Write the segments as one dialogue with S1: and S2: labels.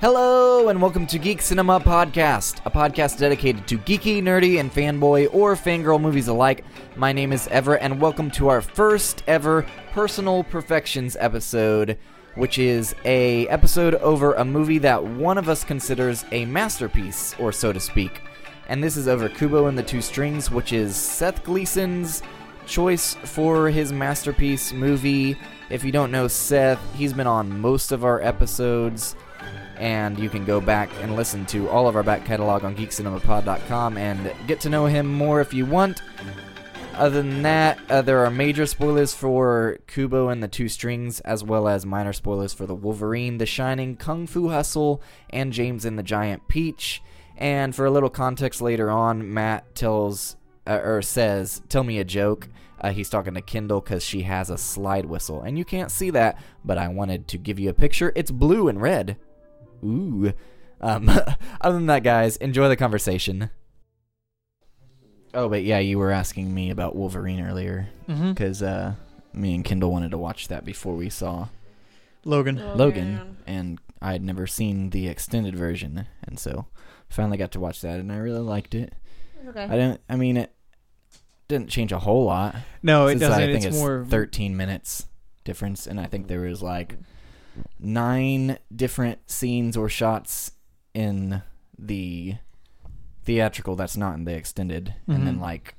S1: Hello, and welcome to Geek Cinema Podcast, a podcast dedicated to geeky, nerdy, and fanboy or fangirl movies alike. My name is Everett, and welcome to our first ever Personal Perfections episode, which is a episode over a movie that one of us considers a masterpiece, or so to speak. And this is over Kubo and the Two Strings, which is Seth Gleason's choice for his masterpiece movie. If you don't know Seth, he's been on most of our episodes and you can go back and listen to all of our back catalog on geekcinemapod.com and get to know him more if you want. Other than that, uh, there are major spoilers for Kubo and the Two Strings, as well as minor spoilers for The Wolverine, The Shining, Kung Fu Hustle, and James and the Giant Peach. And for a little context later on, Matt tells uh, or says, "Tell me a joke." Uh, he's talking to Kendall because she has a slide whistle, and you can't see that, but I wanted to give you a picture. It's blue and red. Ooh. Um, other than that, guys, enjoy the conversation. Oh, but yeah, you were asking me about Wolverine earlier
S2: Mm-hmm.
S1: because uh, me and Kendall wanted to watch that before we saw
S2: Logan.
S3: Oh,
S1: Logan, and I had never seen the extended version, and so finally got to watch that, and I really liked it. I
S3: Okay.
S1: didn't. I mean, it didn't change a whole lot.
S2: No, Oh, it
S1: since
S2: doesn't.
S1: I think
S2: it's,
S1: it's,
S2: more.
S1: 13 minutes difference, and I think there was like nine different scenes or shots in the theatrical that's not in the extended, and then
S2: Mhm.
S1: like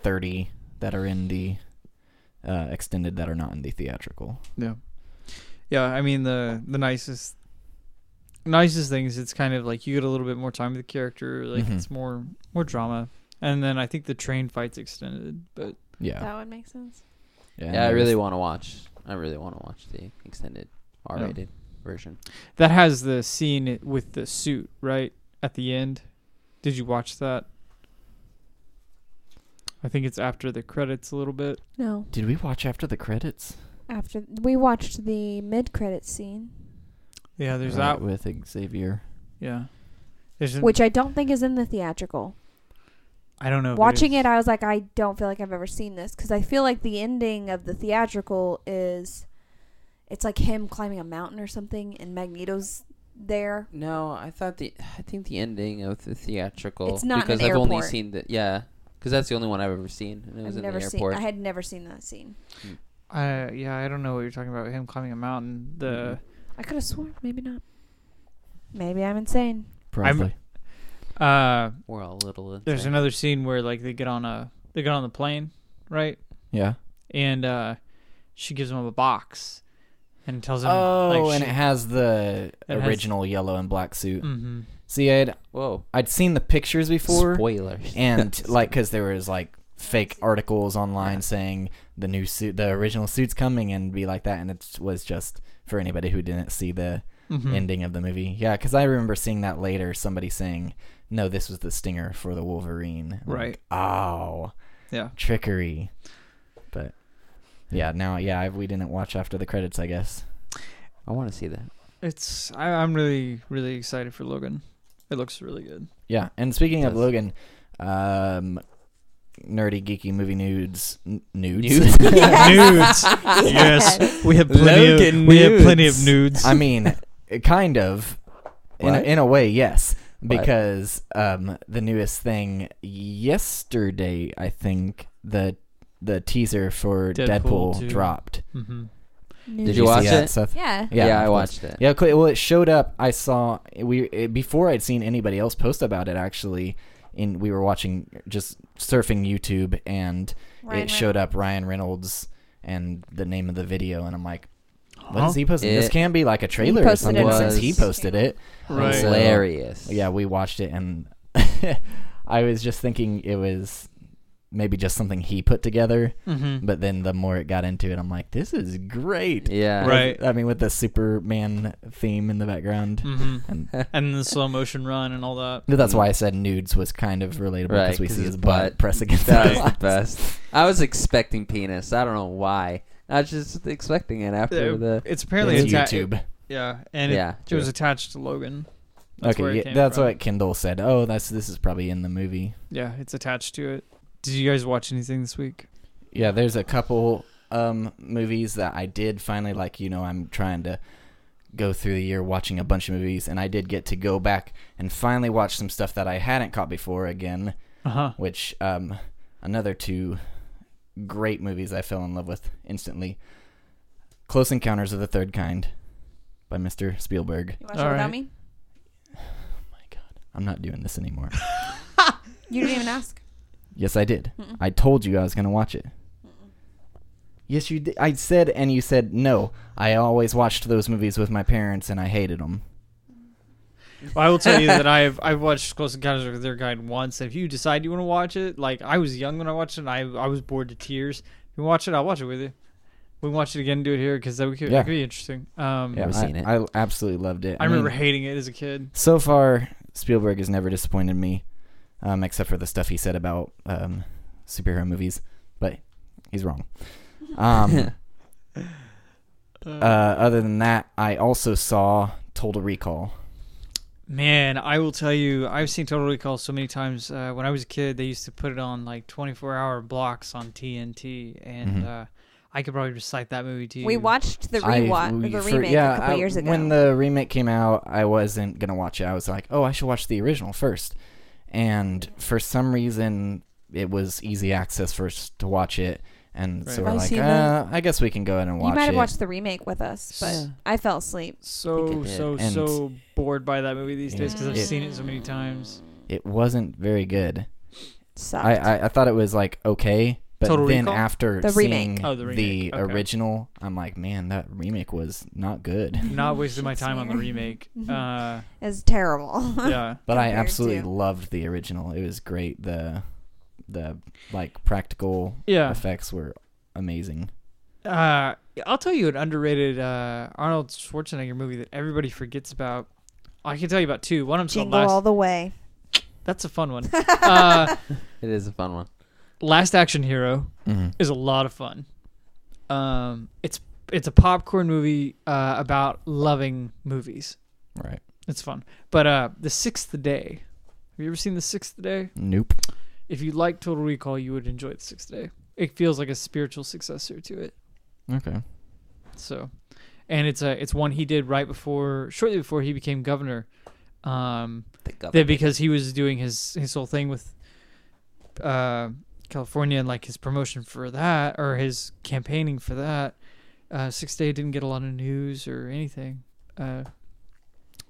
S1: 30 that are in the uh, extended that are not in the theatrical.
S2: Yeah. Yeah, I mean the the nicest nicest thing is it's kind of like you get a little bit more time with the character, like
S1: Mhm.
S2: it's more more drama. And then I think the train fight's extended, but
S1: Yeah,
S3: That would make sense.
S1: and
S4: yeah, I
S1: there was-
S4: really want to watch. I really want to watch the extended R-rated version.
S2: that has the scene with the suit, right? At the end. Did you watch that? I think it's after the credits a little bit.
S3: No,
S1: Did we watch after the credits?
S3: after we watched the mid-credit scene,
S2: Yeah, there's
S1: Right,
S2: that.
S1: with Xavier.
S2: Yeah. There's an-
S3: which I don't think is in the theatrical.
S2: I don't know. if
S3: Watching
S2: is.
S3: it, uh I was like, I don't feel like I've ever seen this because I feel like the ending of the theatrical is, it's like him climbing a mountain or something, and Magneto's there.
S4: No, I thought the I think the ending of the theatrical
S3: It's not in
S4: because
S3: an
S4: I've only
S3: airport.
S4: seen the yeah because that's the only one I've ever seen and it was
S3: I've
S4: in
S3: never
S4: the
S3: seen.
S4: airport.
S3: I had never seen that scene.
S2: I yeah, I don't know what you're talking about. Him climbing a mountain. The
S3: I could have sworn, maybe not. Maybe I'm insane.
S1: Probably.
S2: uh,
S4: We're all little.
S2: there's
S4: insane.
S2: another scene where like they get on a they get on the plane, right?
S1: yeah.
S2: And uh, she gives him a box and tells him.
S1: Oh,
S2: like,
S1: and it has the
S2: It has-
S1: original yellow and black suit.
S2: hmm
S1: See, I'd
S4: whoa
S1: I'd seen the pictures before.
S4: spoilers
S1: and like because there was like fake articles online saying the new suit the original suit's coming and be like that and it was just for anybody who didn't see the
S2: Hmm. Mm-hmm.
S1: ending of the movie yeah because i remember seeing that later somebody saying no this was the stinger for the wolverine I'm
S2: Right.
S1: like, oh
S2: Yeah.
S1: trickery but yeah now yeah I, we didn't watch after the credits i guess
S4: I want to see that.
S2: It's I, I'm really really excited for Logan. It looks really good.
S1: yeah and speaking of
S4: Does-
S1: logan um nerdy geeky movie nudes n- nudes
S4: Nudes?
S2: nudes. Yes, we have plenty
S1: Logan
S2: of we have plenty of
S1: nudes.
S2: nudes.
S1: I mean, kind of. In a,
S4: What?
S1: in a way, yes,
S4: What?
S1: because um, the newest thing yesterday, I think the the teaser for
S2: Deadpool
S1: Deadpool,
S2: 2.
S1: dropped.
S2: hmm
S4: Did you watch
S1: see that
S4: it?
S1: Seth?
S3: Yeah.
S1: Yeah,
S4: yeah I
S1: of course.
S4: watched it.
S1: Yeah, okay, well, it showed up. I saw we it, before I'd seen anybody else post about it actually. And we were watching just surfing YouTube, and it showed up Ryan Reynolds and the name of the video, and I'm like, what is
S2: Huh?
S1: he posting? this
S4: It-
S1: can be like a trailer or
S3: posted
S1: something
S4: it on
S1: since
S4: his
S1: he posted
S3: channel.
S1: it.
S2: Right.
S1: So-
S4: Hilarious.
S1: Yeah, we watched it, and I was just thinking it was maybe just something he put together.
S2: Mm-hmm.
S1: But then the more it got into it, I'm like, this is great.
S4: Yeah.
S2: Right.
S1: I mean, with the Superman theme in the background.
S4: Mm.
S2: hmm
S1: And
S2: And the slow motion run and all that.
S1: that's why I said nudes was kind of relatable because
S4: Right,
S1: we
S4: 'cause
S1: see
S4: his
S1: his butt,
S4: butt.
S1: press against
S4: That was
S1: the
S4: the
S1: glass.
S4: best. I was expecting penis. I don't know why. I was just expecting it after
S2: Uh,
S4: the
S2: It's apparently
S1: It's
S2: atta-
S1: YouTube.
S2: Yeah, and it,
S4: Yeah,
S2: it was
S4: true.
S2: attached to Logan. That's where
S1: okay,
S2: it
S1: yeah,
S2: came
S1: that's
S2: from.
S1: what Kendall said. Oh, that's this is probably in the movie.
S2: Yeah, it's attached to it. Did you guys watch anything this week?
S1: Yeah, there's a couple um movies that I did finally like. You know, I'm trying to go through the year watching a bunch of movies, and I did get to go back and finally watch some stuff that I hadn't caught before again,
S2: Uh huh.
S1: which um, another two great movies I fell in love with instantly. Close Encounters of the Third Kind by Mr. Spielberg.
S3: You watch
S2: All
S3: it without
S2: right.
S3: me?
S1: I'm not doing this anymore.
S3: You didn't even ask.
S1: yes, I did.
S3: Mm-mm.
S1: I told you I was going to watch it. Yes, you did. I said, and you said no. I always watched those movies with my parents, and I hated them.
S2: Well, I will tell you that I've I've watched Close Encounters of the Third Kind once. If you decide you want to watch it, like I was young when I watched it, and I I was bored to tears. If you watch it, I'll watch it with you. We can watch it again, and do it here because that would could,
S1: Yeah.
S2: it could be interesting. Um,
S1: Yeah,
S4: Never
S1: I,
S4: seen it.
S1: I absolutely loved it.
S2: I remember
S1: mean,
S2: hating it as a kid.
S1: so far, Spielberg has never disappointed me, um, except for the stuff he said about um, superhero movies. But he's wrong. Um, uh, other than that, I also saw Total Recall.
S2: Man, I will tell you, I've seen Total Recall so many times. Uh, when I was a kid, they used to put it on like 24 hour blocks on TNT, and
S1: Mhm.
S2: uh, I could probably recite that movie to you.
S3: We watched the
S1: I-
S3: rewatch,
S1: we-
S3: the
S1: for-
S3: remake
S1: yeah,
S3: a couple
S1: I-
S3: years ago.
S1: When the remake came out, I wasn't gonna watch it. I was like, oh, I should watch the original first. And for some reason, it was easy access for us to watch it, and so
S2: Right.
S1: we're
S3: I've
S1: like,
S3: seen
S1: uh, I guess we can go ahead and
S3: you
S1: watch
S3: might have
S1: it.
S3: watched the remake with us, but
S4: Yeah.
S3: I fell asleep.
S4: think
S2: so
S4: I did.
S2: so
S1: And-
S2: so bored by that movie these days because I've
S1: It-
S2: seen it so many times.
S1: it wasn't very good.
S3: Sucked.
S1: I, I I thought it was like okay, but
S2: Total
S1: then
S2: Recall?
S1: after
S3: The remake.
S1: seeing
S2: Oh, the remake. Okay.
S1: original, I'm like, man, that remake was not good.
S2: Not wasting my time on the
S3: Shakespeare.
S2: remake. Uh,
S3: It's terrible.
S2: yeah,
S1: But I
S3: Compared
S1: absolutely
S3: to-
S1: loved the original. It was great. The the like practical
S2: yeah.
S1: effects were amazing.
S2: Uh, I'll tell you an underrated uh, Arnold Schwarzenegger movie that everybody forgets about. I can tell you about two. One of them's called
S3: Jingle
S2: Last.
S3: all the way.
S2: That's a fun one. uh,
S4: it is a fun one.
S2: Last Action Hero. is a lot of fun. Um, it's it's a popcorn movie uh, about loving movies.
S1: Right.
S2: It's fun. But uh, the Sixth Day. Have you ever seen the Sixth Day?
S1: Nope.
S2: If you like Total Recall, you would enjoy the Sixth Day. It feels like a spiritual successor to it.
S1: Okay.
S2: So, and it's a it's one he did right before, shortly before he became governor. Um,
S4: The
S2: that because he was doing his his whole thing with uh, California and like his promotion for that or his campaigning for that. Uh, Six Day didn't get a lot of news or anything, uh,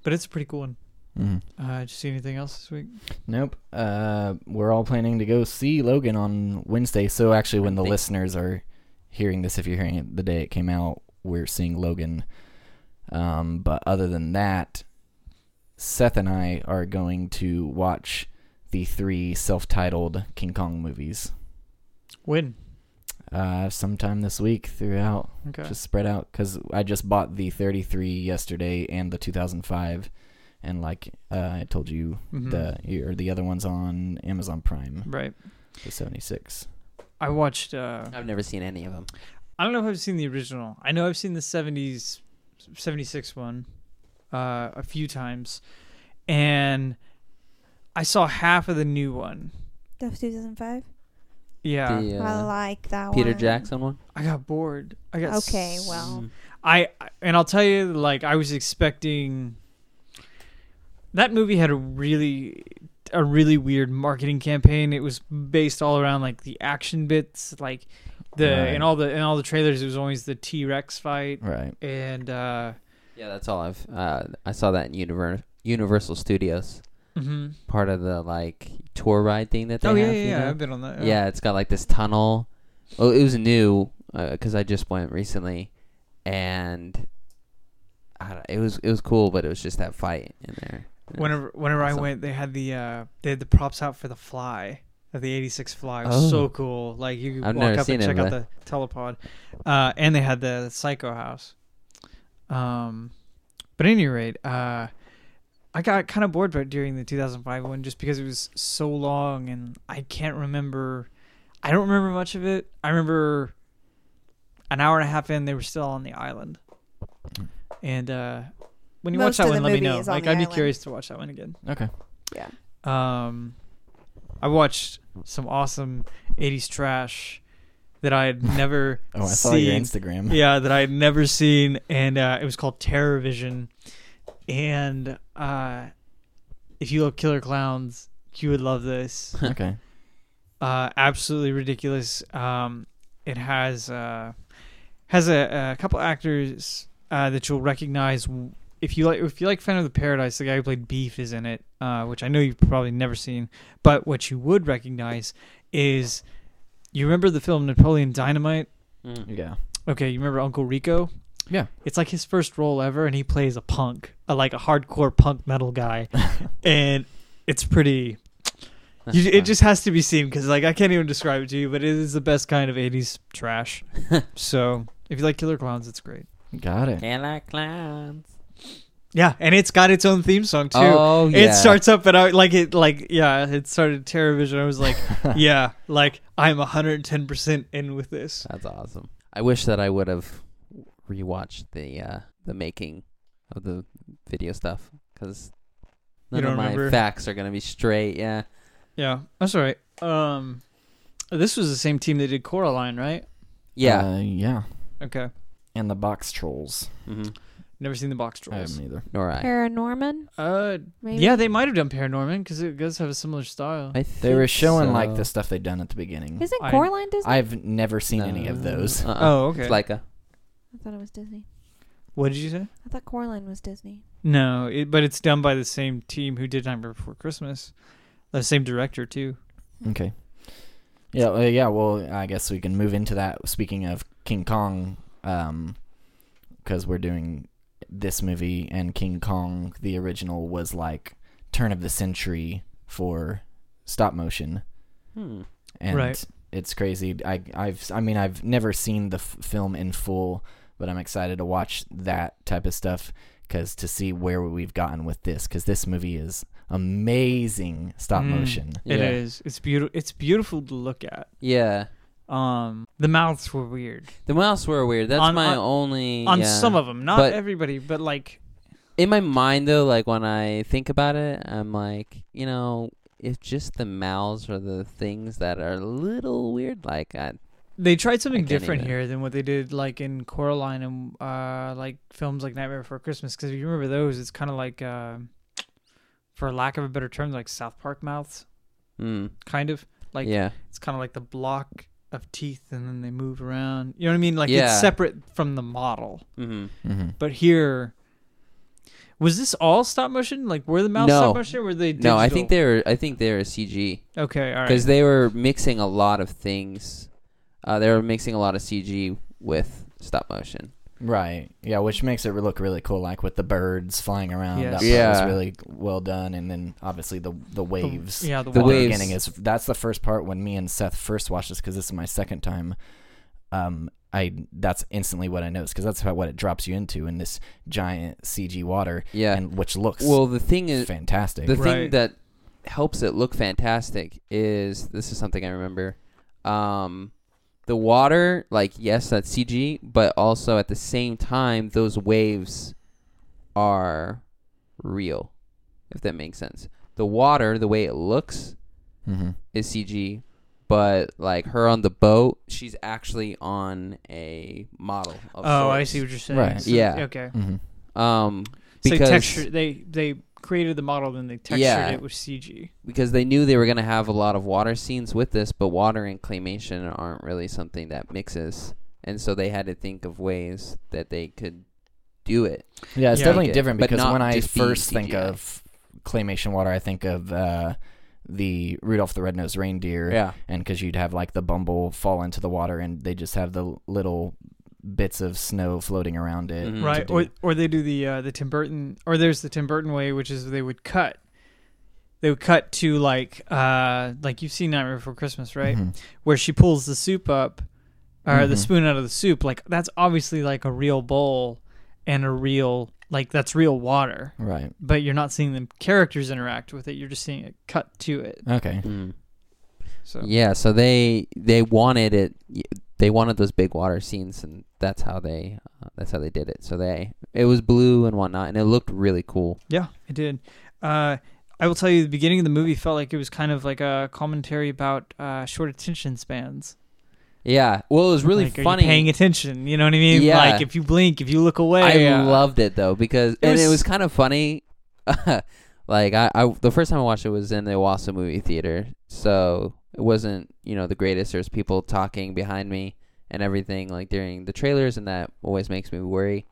S2: but it's a pretty cool one.
S1: Mhm.
S2: Uh, did you see anything else this week?
S1: Nope. Uh, we're all planning to go see Logan on Wednesday. So actually, when the
S4: Wednesday.
S1: listeners are hearing this, if you're hearing it the day it came out, we're seeing Logan. Um, but other than that, Seth and I are going to watch the three self-titled King Kong movies
S2: Win.
S1: uh, sometime this week throughout
S2: Okay.
S1: just spread out because I just bought the 33 yesterday and the 2005, and like uh, I told you,
S2: Mhm.
S1: the or the other ones on Amazon Prime,
S2: right.
S1: the 76.
S2: I watched. Uh,
S4: I've never seen any of them.
S2: I don't know if I've seen the original. I know I've seen the 70s, 76 one uh, a few times. And I saw half of the new one.
S3: That was 2005.
S2: Yeah.
S4: The,
S3: I
S4: uh,
S3: like that one.
S4: Peter Jackson one. Mm.
S2: I got bored. I got
S3: Okay,
S2: s-
S3: well.
S2: I I- and I'll tell you, like I was expecting. That movie had a really, a really weird marketing campaign. It was based all around like the action bits, like the
S1: Right.
S2: in all the in all the trailers. It was always the T Rex fight
S1: Right.
S2: and uh,
S4: Yeah, that's all I've. Uh, I saw that in Univer- Universal Studios,
S2: mhm.
S4: part of the like tour ride thing that they
S2: oh yeah,
S4: have.
S2: yeah,
S4: you
S2: yeah.
S4: know?
S2: I've been on that.
S4: Yeah, it's got like this tunnel. Oh, it was new because I just went recently, and I don't, it was it was cool, but it was just that fight in there.
S2: uh, Whenever whenever
S4: Awesome.
S2: I went, they had the uh, they had the props out for the fly of the '86 fly. It was
S4: Oh.
S2: so cool. Like you could
S4: I've
S2: walk
S4: never
S2: up and
S4: seen it,
S2: check out the
S4: but-
S2: telepod, uh, and they had the Psycho House. Um, but at any rate, uh, I got kind of bored by during the 2005 one just because it was so long and I can't remember. I don't remember much of it. I remember an hour and a half in, they were still on the island. And uh, when you
S3: Most
S2: watch
S3: of
S2: that one,
S3: the
S2: let me
S3: movie
S2: know.
S3: is on
S2: Like
S3: the
S2: I'd be
S3: island.
S2: curious to watch that one again.
S1: Okay.
S2: Um, I watched some awesome '80s trash that I had never
S1: Oh, I
S2: seen.
S1: saw your Instagram.
S2: yeah, that I had never seen, and uh, it was called Terror Vision. And uh, if you love killer clowns, you would love this.
S1: Okay.
S2: uh, absolutely ridiculous. Um, it has uh, has a, a couple actors uh, that you'll recognize if you like. If you like Phantom of the Paradise, the guy who played Beef is in it, uh, which I know you've probably never seen. But what you would recognize is you remember the film Napoleon Dynamite.
S4: Mm.
S1: Yeah.
S2: Okay, you remember Uncle Rico?
S1: Yeah.
S2: It's like his first role ever, and he plays a punk, a, like a hardcore punk metal guy, and it's pretty. You, it just has to be seen because, like, I can't even describe it to you, but it is the best kind of '80s trash. so, if you like Killer Clowns, it's great.
S1: Got it.
S4: Killer clowns.
S2: Yeah, and it's got its own theme song too.
S4: Oh yeah.
S2: It starts up and I like it like yeah, it started Terrorvision. I was like, yeah, like I'm 110% in with this.
S4: That's awesome. I wish that I would have rewatched the uh, the making of the video stuff because
S2: You
S4: none of
S2: don't
S4: my
S2: remember?
S4: facts are gonna be straight. Yeah.
S2: Yeah, that's all right. Um, this was the same team that did Coraline, right?
S4: Yeah.
S1: Uh, yeah.
S2: Okay,
S1: And the box trolls.
S4: mm-hmm.
S2: never seen the box
S1: I
S2: trolls.
S1: haven't either.
S4: Nor I.
S3: Paranorman,
S2: Uh,
S3: maybe.
S2: yeah, they might have done Paranorman because it does have a similar style.
S4: I
S1: They were
S4: think
S1: showing like
S4: so.
S1: the stuff they'd done at the beginning.
S3: Isn't
S2: I-
S3: Coraline Disney? I,
S1: I've never seen any of
S4: No.
S1: those.
S4: Uh-uh.
S2: oh, okay.
S4: It's like a
S3: thought it was Disney.
S2: what did you say?
S3: I thought Coraline was Disney.
S2: No, it, but it's done by the same team who did Nightmare Before Christmas, the same director too.
S1: Okay. Yeah, uh, yeah. Well, I guess we can move into that. Speaking of King Kong, um, because we're doing this movie and King Kong, the original was like turn of the century for stop motion,
S4: hmm.
S1: and
S2: Right.
S1: it's crazy. I, I've, I mean, I've never seen the f- film in full, but I'm excited to watch that type of stuff because to see where we've gotten with this, because this movie is amazing stop
S2: Mm.
S1: motion.
S2: It
S4: Yeah.
S2: is. It's beautiful. It's beautiful to look at.
S4: Yeah.
S2: Um, the mouths were weird
S4: The mouse were weird. That's
S2: On-
S4: my
S2: on-
S4: only
S2: on
S4: yeah.
S2: some of them, not
S4: But-
S2: everybody, but like
S4: in my mind though, like when I think about it, I'm like, you know, if just the mouths are the things that are a little weird, like I,
S2: They tried something
S4: can't
S2: different
S4: even.
S2: here than what they did like in Coraline and uh, like films like Nightmare Before Christmas. Because if you remember those, it's kind of like, uh, for lack of a better term, like South Park mouths,
S4: mm,
S2: kind of. Like
S4: yeah,
S2: it's kind of like the block of teeth, and then they move around. You know what I mean? Like
S4: Yeah.
S2: it's separate from the model.
S4: mm-hmm.
S1: Mm-hmm.
S2: But here, was this all stop motion? Like were the mouths
S4: No.
S2: stop motion? Or were they digital?
S4: No, I think they were. I think they were CG
S2: okay. All
S4: because
S2: right.
S4: they were mixing a lot of things. Uh, they were mixing a lot of CG with stop motion.
S1: Right. Yeah, which makes it look really cool, like with the birds flying around.
S2: Yes.
S1: That part
S4: Yeah.
S1: was really well done, and then obviously the the waves.
S2: yeah, the,
S4: the
S1: at
S2: water.
S4: waves.
S1: beginning is that's the first part when me and Seth first watched this because this is my second time. Um, I that's instantly what I noticed because that's how what it drops you into in this giant CG water,
S4: Yeah.
S1: and which looks
S4: well, the thing is,
S1: fantastic.
S4: the thing
S2: Right.
S4: that helps it look fantastic is this is something I remember. Um, the water, like yes, that's CG, but also at the same time, those waves are real. If that makes sense, the water, the way it looks,
S1: hmm
S4: is CG, but like her on the boat, she's actually on a model. Of
S2: Oh, I
S4: sorts.
S2: see what you're saying.
S1: Right.
S4: Yeah.
S2: Okay.
S1: hmm
S4: Um,
S2: So they
S4: because
S2: texture they they created the model then they textured
S4: Yeah.
S2: it with CG.
S4: because they knew they were gonna have a lot of water scenes with this, but water and claymation aren't really something that mixes, and so they had to think of ways that they could do it.
S1: Yeah, it's
S2: Yeah.
S1: definitely
S4: Okay.
S1: different
S4: But
S1: because
S4: not
S1: when I
S4: just be
S1: first think
S4: CGI.
S1: of claymation water, I think of uh, the Rudolph the Red-Nosed Reindeer.
S4: Yeah,
S1: and because you'd have like the bumble fall into the water and they just have the little bits of snow floating around it
S4: Mhm.
S1: to
S2: Right.
S1: do.
S2: Or or they do the uh, the Tim Burton or there's the Tim Burton way, which is they would cut. They would cut to like uh like you've seen Nightmare Before Christmas, right?
S1: Mhm.
S2: Where she pulls the soup up or the
S4: Mm-hmm.
S1: Mhm.
S2: spoon out of the soup. Like that's obviously like a real bowl and a real like that's real water.
S1: right
S2: But you're not seeing the characters interact with it. You're just seeing it cut to it.
S1: okay
S2: So
S4: Mm. yeah. So they they wanted it. y- They wanted those big water scenes, and that's how they uh, that's how they did it. So they it was blue and whatnot, and it looked really cool.
S2: Yeah, it did. Uh, I will tell you, the beginning of the movie felt like it was kind of like a commentary about uh, short attention spans.
S4: Yeah. Well, it was really
S2: Like, are you
S4: funny.
S2: paying attention, you know what I mean?
S4: Yeah.
S2: Like if you blink, if you look away.
S4: I
S2: uh,
S4: loved it though because
S2: It
S4: and it
S2: was-
S4: was kind of funny. like I, I, the first time I watched it was in the Owasso movie theater, so it wasn't you know the greatest. There's people talking behind me and everything like during the trailers, and that always makes me worry.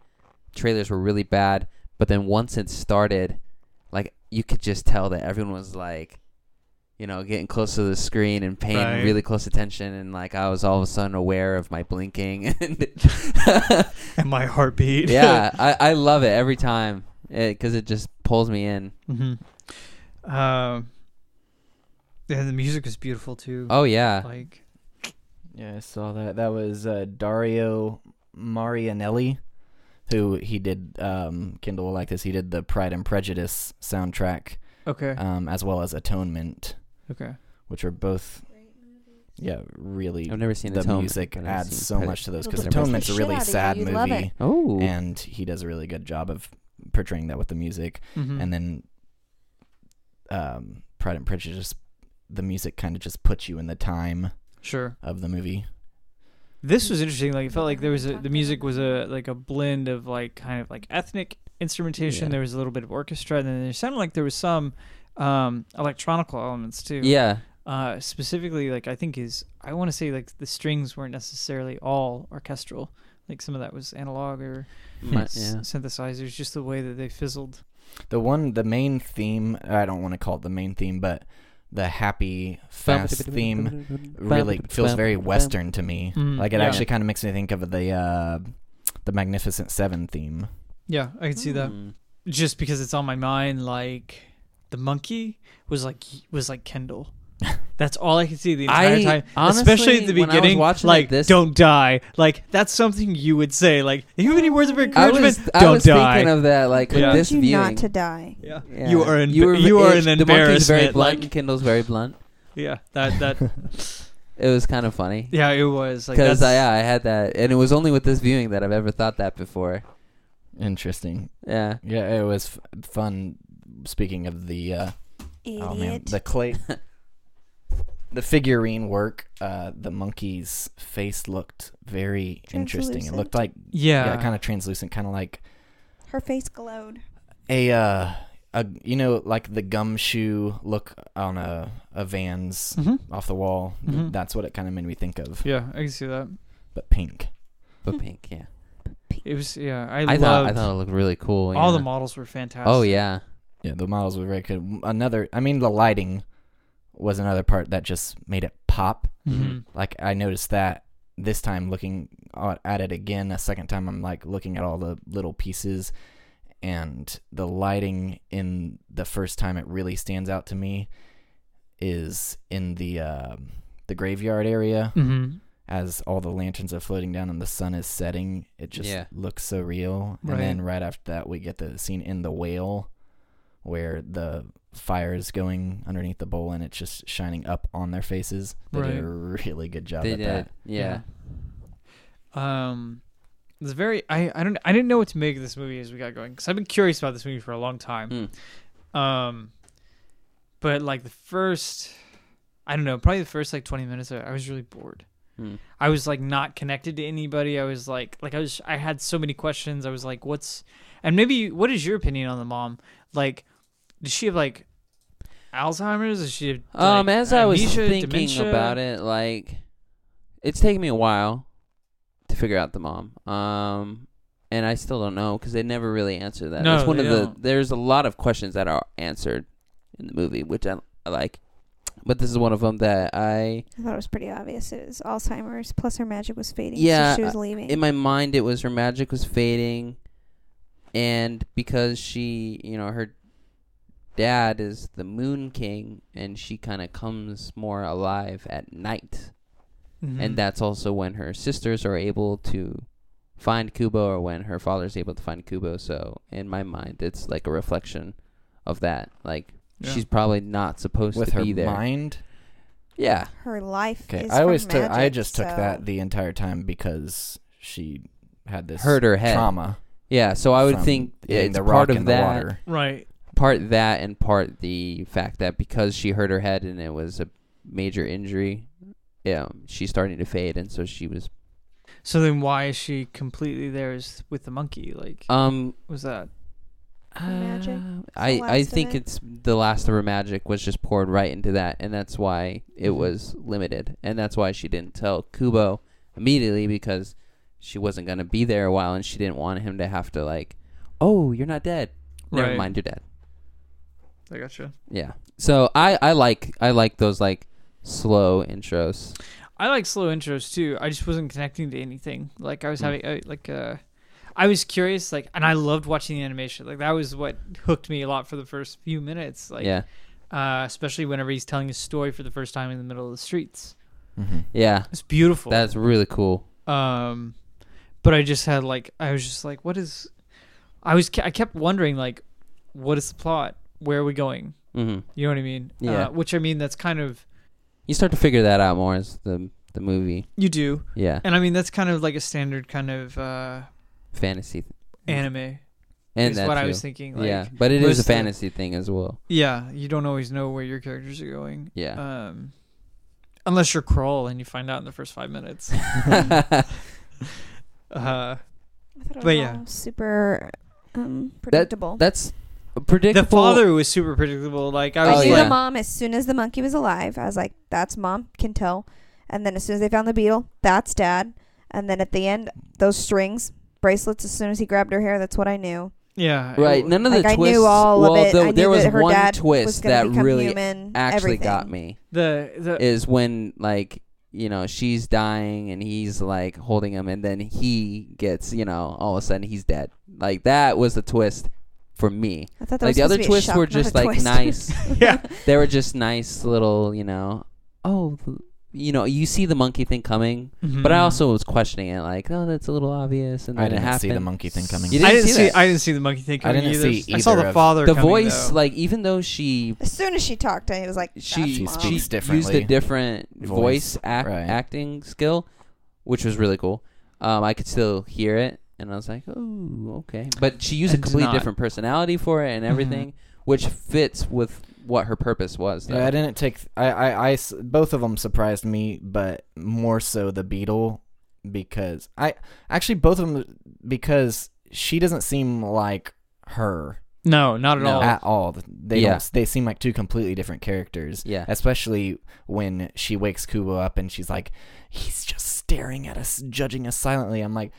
S4: Trailers were really bad, but then once it started, like you could just tell that everyone was like. You know, getting close to the screen and paying
S2: Right.
S4: really close attention, and like I was all of a sudden aware of my blinking, and
S2: and my heartbeat.
S4: yeah, I, I love it every time because it just pulls me in.
S2: hmm Um. Yeah, the music was beautiful too.
S4: Oh yeah,
S2: Like
S1: Yeah, I saw that. That was uh, Dario Marianelli, who he did. Um, Kindle will like this. He did the Pride and Prejudice soundtrack,
S2: okay,
S4: Uh,
S1: um, as well as Atonement,
S2: okay.
S1: which are both, yeah, really.
S4: I've never seen
S1: The
S4: Atonement,
S1: music
S4: but I've
S1: adds
S4: seen
S1: so
S4: Predator.
S1: much to those
S3: It'll
S1: because
S3: depress the
S1: Atonement's a
S3: shit
S1: really
S3: out of you.
S1: sad
S3: You'd love it.
S1: movie,
S4: Oh,
S1: and he does a really good job of portraying that with the music.
S2: Mhm.
S1: and then um, Pride and Prejudice, the music kind of just puts you in the time
S2: sure.
S1: of the movie.
S2: This was interesting. Like it felt like there was a
S3: Talked
S2: the music
S3: about
S2: was
S3: it.
S2: a like a blend of like kind of like ethnic instrumentation.
S4: Yeah.
S2: There was a little bit of orchestra, and then there sounded like there was some um electronical elements too.
S4: yeah,
S2: Uh, specifically, like I think is I want to say like the strings weren't necessarily all orchestral. Like some of that was analog or
S4: My-
S2: s-
S4: yeah.
S2: synthesizers. Just the way that they fizzled.
S1: The one, the main theme. I don't want to call it the main theme, but the happy fast theme really feels very Western to me.
S2: Mm,
S1: Like it
S2: yeah.
S1: actually kind of makes me think of the uh, the Magnificent Seven theme.
S2: Yeah, I can see that.
S4: Mm.
S2: just because it's on my mind like the monkey was like was like kendall that's all i could see the entire
S4: I-
S2: time
S4: honestly,
S2: especially at the
S4: when I was
S2: beginning
S4: watching it,
S2: like
S4: this-
S2: don't die like that's something you would say like you have any words of
S4: I
S2: encouragement
S4: was, I
S2: don't
S4: was
S2: die
S4: thinking of that like
S2: Yeah.
S4: with this
S3: you
S4: viewing.
S3: not to die.
S2: yeah.
S4: Yeah.
S2: you are in
S4: You
S2: you
S4: were-
S2: are
S4: it-
S2: an
S4: the monkey's very
S2: embarrassment
S4: blunt.
S2: like
S4: Kindle's very blunt.
S2: yeah that that
S4: It was kind of funny
S2: yeah it was like
S4: because
S2: that's,
S4: I, uh, yeah, I had that, and it was only with this viewing that I've ever thought that before.
S1: Interesting.
S4: Yeah,
S1: Yeah, it was f- fun. Speaking of the uh,
S3: Idiot.
S1: Oh man, the clay, the figurine work. Uh, the monkey's face looked very interesting. It looked like
S2: yeah,
S1: yeah, kind of translucent, kind of like
S3: Her face glowed.
S1: a uh, a you know, like the gumshoe look on a a Vans
S2: Mhm.
S1: off the wall.
S2: Mhm.
S1: That's what it kind of made me think of,
S2: yeah i can see that
S1: but pink.
S4: but pink. Yeah,
S2: it was yeah i,
S4: I
S2: loved
S4: thought I thought it looked really cool.
S2: all
S4: yeah.
S2: the models were fantastic
S4: Oh yeah,
S1: Yeah, the models were very good. Another, I mean, the lighting was another part that just made it pop.
S2: hmm
S1: like I noticed that this time looking a- at it again a second time I'm like looking at all the little pieces and the lighting in the first time it really stands out to me is in the um the graveyard area
S2: hmm
S1: as all the lanterns are floating down and the sun is setting it just
S4: Yeah.
S1: looks so real
S2: Right.
S1: and then right after that we get the scene in the whale where the fire is going underneath the bowl and it's just shining up on their faces they did a really good job
S4: they
S1: at
S4: did.
S1: that
S4: yeah.
S2: Um, it's very. I I don't. I didn't know what to make of this movie as we got going because I've been curious about this movie for a long time.
S4: Hmm.
S2: Um, but like the first, I don't know, probably the first like twenty minutes, I, I was really bored.
S4: Mm.
S2: I was like not connected to anybody. I was like, like I was. I had so many questions. I was like, what's and maybe what is your opinion on the mom? Like, does she have like Alzheimer's? Does she have,
S4: Um,
S2: like,
S4: as I was
S2: amnesia,
S4: thinking
S2: dementia?
S4: about it, like it's taken me a while to figure out the mom. Um, and I still don't know because they never really answer that.
S2: No,
S4: That's one
S2: they
S4: of the.
S2: don't.
S4: There's a lot of questions that are answered in the movie, which I, I like. But this is one of them that I,
S3: I thought it was pretty obvious. It was Alzheimer's. Plus, her magic was fading.
S4: Yeah, uh,
S3: so she was leaving.
S4: in my mind, it was her magic was fading, and because she, you know, her dad is the Moon King, and she kind of comes more alive at night.
S2: Mhm.
S4: and that's also when her sisters are able to find Kubo or when her father's able to find Kubo. So in my mind, it's like a reflection of that. Like
S2: Yeah.
S4: she's probably not supposed
S1: with
S4: to
S1: her
S4: be there.
S1: mind.
S4: Yeah,
S3: her life.
S1: Okay,
S3: is
S1: I
S3: her
S1: always took. I
S3: magic,
S1: just took
S3: so-
S1: that the entire time because she had this
S4: hurt her head.
S1: trauma.
S4: Yeah, so I would
S1: from
S4: think
S1: hitting
S4: it's
S1: the rock
S4: part
S1: in
S4: of
S1: the
S4: that,
S1: water.
S2: right.
S4: part that, and part the fact that because she hurt her head and it was a major injury, yeah, she's starting to fade, and so she was.
S2: So then, why is she completely there? Is with the monkey? Like,
S4: Um,
S2: was that?
S3: Magic?
S4: uh,
S3: Is
S4: I
S3: the
S4: I
S3: last of
S4: think
S3: it?
S4: it's the last of her magic was just poured right into that, and that's why
S3: Mm-hmm.
S4: it
S2: Mhm.
S4: was limited, and that's why she didn't tell Kubo immediately because she wasn't gonna be there a while, and she didn't want him to have to like, oh, you're not dead. Never
S2: Right.
S4: mind, you're dead.
S2: I gotcha.
S4: Yeah. So I I like I like those like slow intros.
S2: I like slow intros too. I just wasn't connecting to anything. Like I was
S4: Mm.
S2: having uh, like uh, I was curious. Like, and I loved watching the animation. Like that was what hooked me a lot for the first few minutes. Like,
S4: yeah.
S2: uh, especially whenever he's telling a story for the first time in the middle of the streets.
S1: Mm-hmm.
S4: Yeah.
S2: It's beautiful.
S4: That's really cool.
S2: um but i just had like i was just like what is i was i kept wondering like what is the plot where are we going
S4: hmm
S2: you know what i mean
S4: Yeah.
S2: uh, which i mean that's kind of
S4: You start to figure that out more as the the movie.
S2: you do
S4: Yeah.
S2: and i mean that's kind of like a standard kind of uh
S4: Fantasy.
S2: anime
S4: And
S2: is
S4: that's
S2: what i was thinking like
S4: yeah, but it is a
S2: most of the-
S4: fantasy thing as well.
S2: yeah you don't always know where your characters are going
S4: Yeah.
S2: um unless you're crawl and you find out in the first five minutes uh
S3: I thought it was
S2: But yeah.
S3: all super um, predictable.
S4: that's predictable.
S2: the father was super predictable like i
S4: Oh,
S2: was
S3: I knew
S2: like
S4: yeah.
S3: the mom as soon as the monkey was alive. I was like, "That's mom, can tell." And then as soon as they found the beetle, that's dad. And then at the end, those strings, bracelets. As soon as he grabbed her hair, that's what I knew.
S2: yeah it
S4: right?
S2: w-
S4: None of
S3: Like,
S4: the
S3: I knew
S4: twists.
S3: all of
S4: well,
S3: it.
S4: though
S3: I knew
S4: there was
S3: that her
S4: one
S3: dad was
S4: twist
S3: gonna
S4: that
S3: become
S4: really
S3: human,
S4: actually got
S3: everything.
S4: me.
S2: the the
S4: Is when like you know she's dying and he's like holding him, and then he gets you know all of a sudden he's dead. Like that was the twist for me.
S3: I thought that was
S4: Like the
S3: supposed
S4: other
S3: to be a
S4: twists
S3: shock,
S4: were
S3: not
S4: just
S3: a
S4: like
S3: twist.
S4: nice.
S2: yeah
S4: they were just nice little you know. Oh, you know you see the monkey thing coming.
S2: mm-hmm.
S4: But I also was questioning it, like, oh, that's a little obvious, and then
S1: Mm-hmm. I didn't
S4: it happened.
S1: see the monkey thing coming.
S4: You didn't
S2: I didn't
S4: see
S2: see.
S4: that.
S2: I didn't see the monkey thing.
S1: I
S2: Coming
S1: didn't
S2: either.
S1: see
S2: I saw
S1: either
S2: the
S1: of-
S2: father.
S4: The
S2: coming,
S4: voice,
S2: though.
S4: like, even though she
S3: As soon as she talked, I was like,
S4: she
S3: "That's
S4: she,
S3: mom."
S1: speaks
S4: used
S1: differently.
S4: a different voice,
S1: Voice,
S4: act,
S1: right.
S4: acting skill, which was really cool. Um, I could still hear it, and I was like, oh, okay. But she used
S2: And
S4: a
S2: did not.
S4: completely different personality for it and
S2: Mhm.
S4: everything, which fits with what her purpose was. Though.
S1: Yeah, I didn't take. I, I- I s- both of them surprised me, but more so the beetle because I actually both of them because she doesn't seem like her
S2: no, not at
S4: No. Ah,
S2: all.
S1: at all. They
S4: Yeah.
S1: don't, they seem like two completely different characters.
S4: Yeah.
S1: Especially when she wakes Kubo up and she's like, he's just staring at us, judging us silently. I'm like,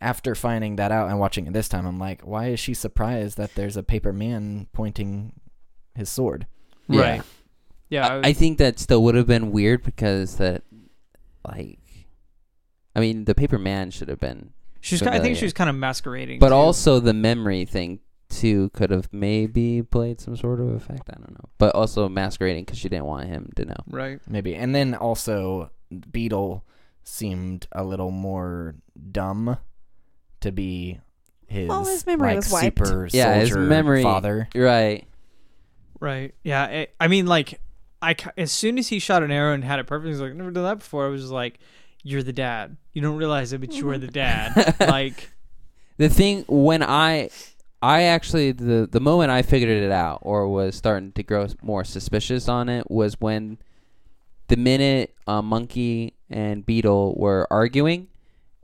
S1: after finding that out and watching it this time, I'm like, why is she surprised that there's a paper man pointing his sword?
S4: Yeah.
S2: Right. Yeah, I,
S4: I, I think that still would have been weird because that, like, I mean, the paper man should have been
S2: she's. ki- I think
S4: familiar.
S2: she was kind of masquerading.
S4: But
S2: too.
S4: also the memory thing too could have maybe played some sort of effect. I don't know. But also masquerading because she didn't want him to know.
S2: right.
S1: Maybe. And then also, Beetle seemed a little more dumb to be his,
S3: Well, his memory
S1: like,
S3: was wiped.
S1: super
S4: Yeah, his
S1: soldier
S4: memory-
S1: father.
S4: Right.
S2: Right. Yeah. I, I mean, like, I ca- as soon as he shot an arrow and had it perfect, he's like, "Never done that before." I was just like, "You're the dad. You don't realize it, but you
S4: Mm.
S2: are the dad." like,
S4: The thing when I, I actually the the moment I figured it out or was starting to grow more suspicious on it was when, the minute uh, Monkey and Beetle were arguing,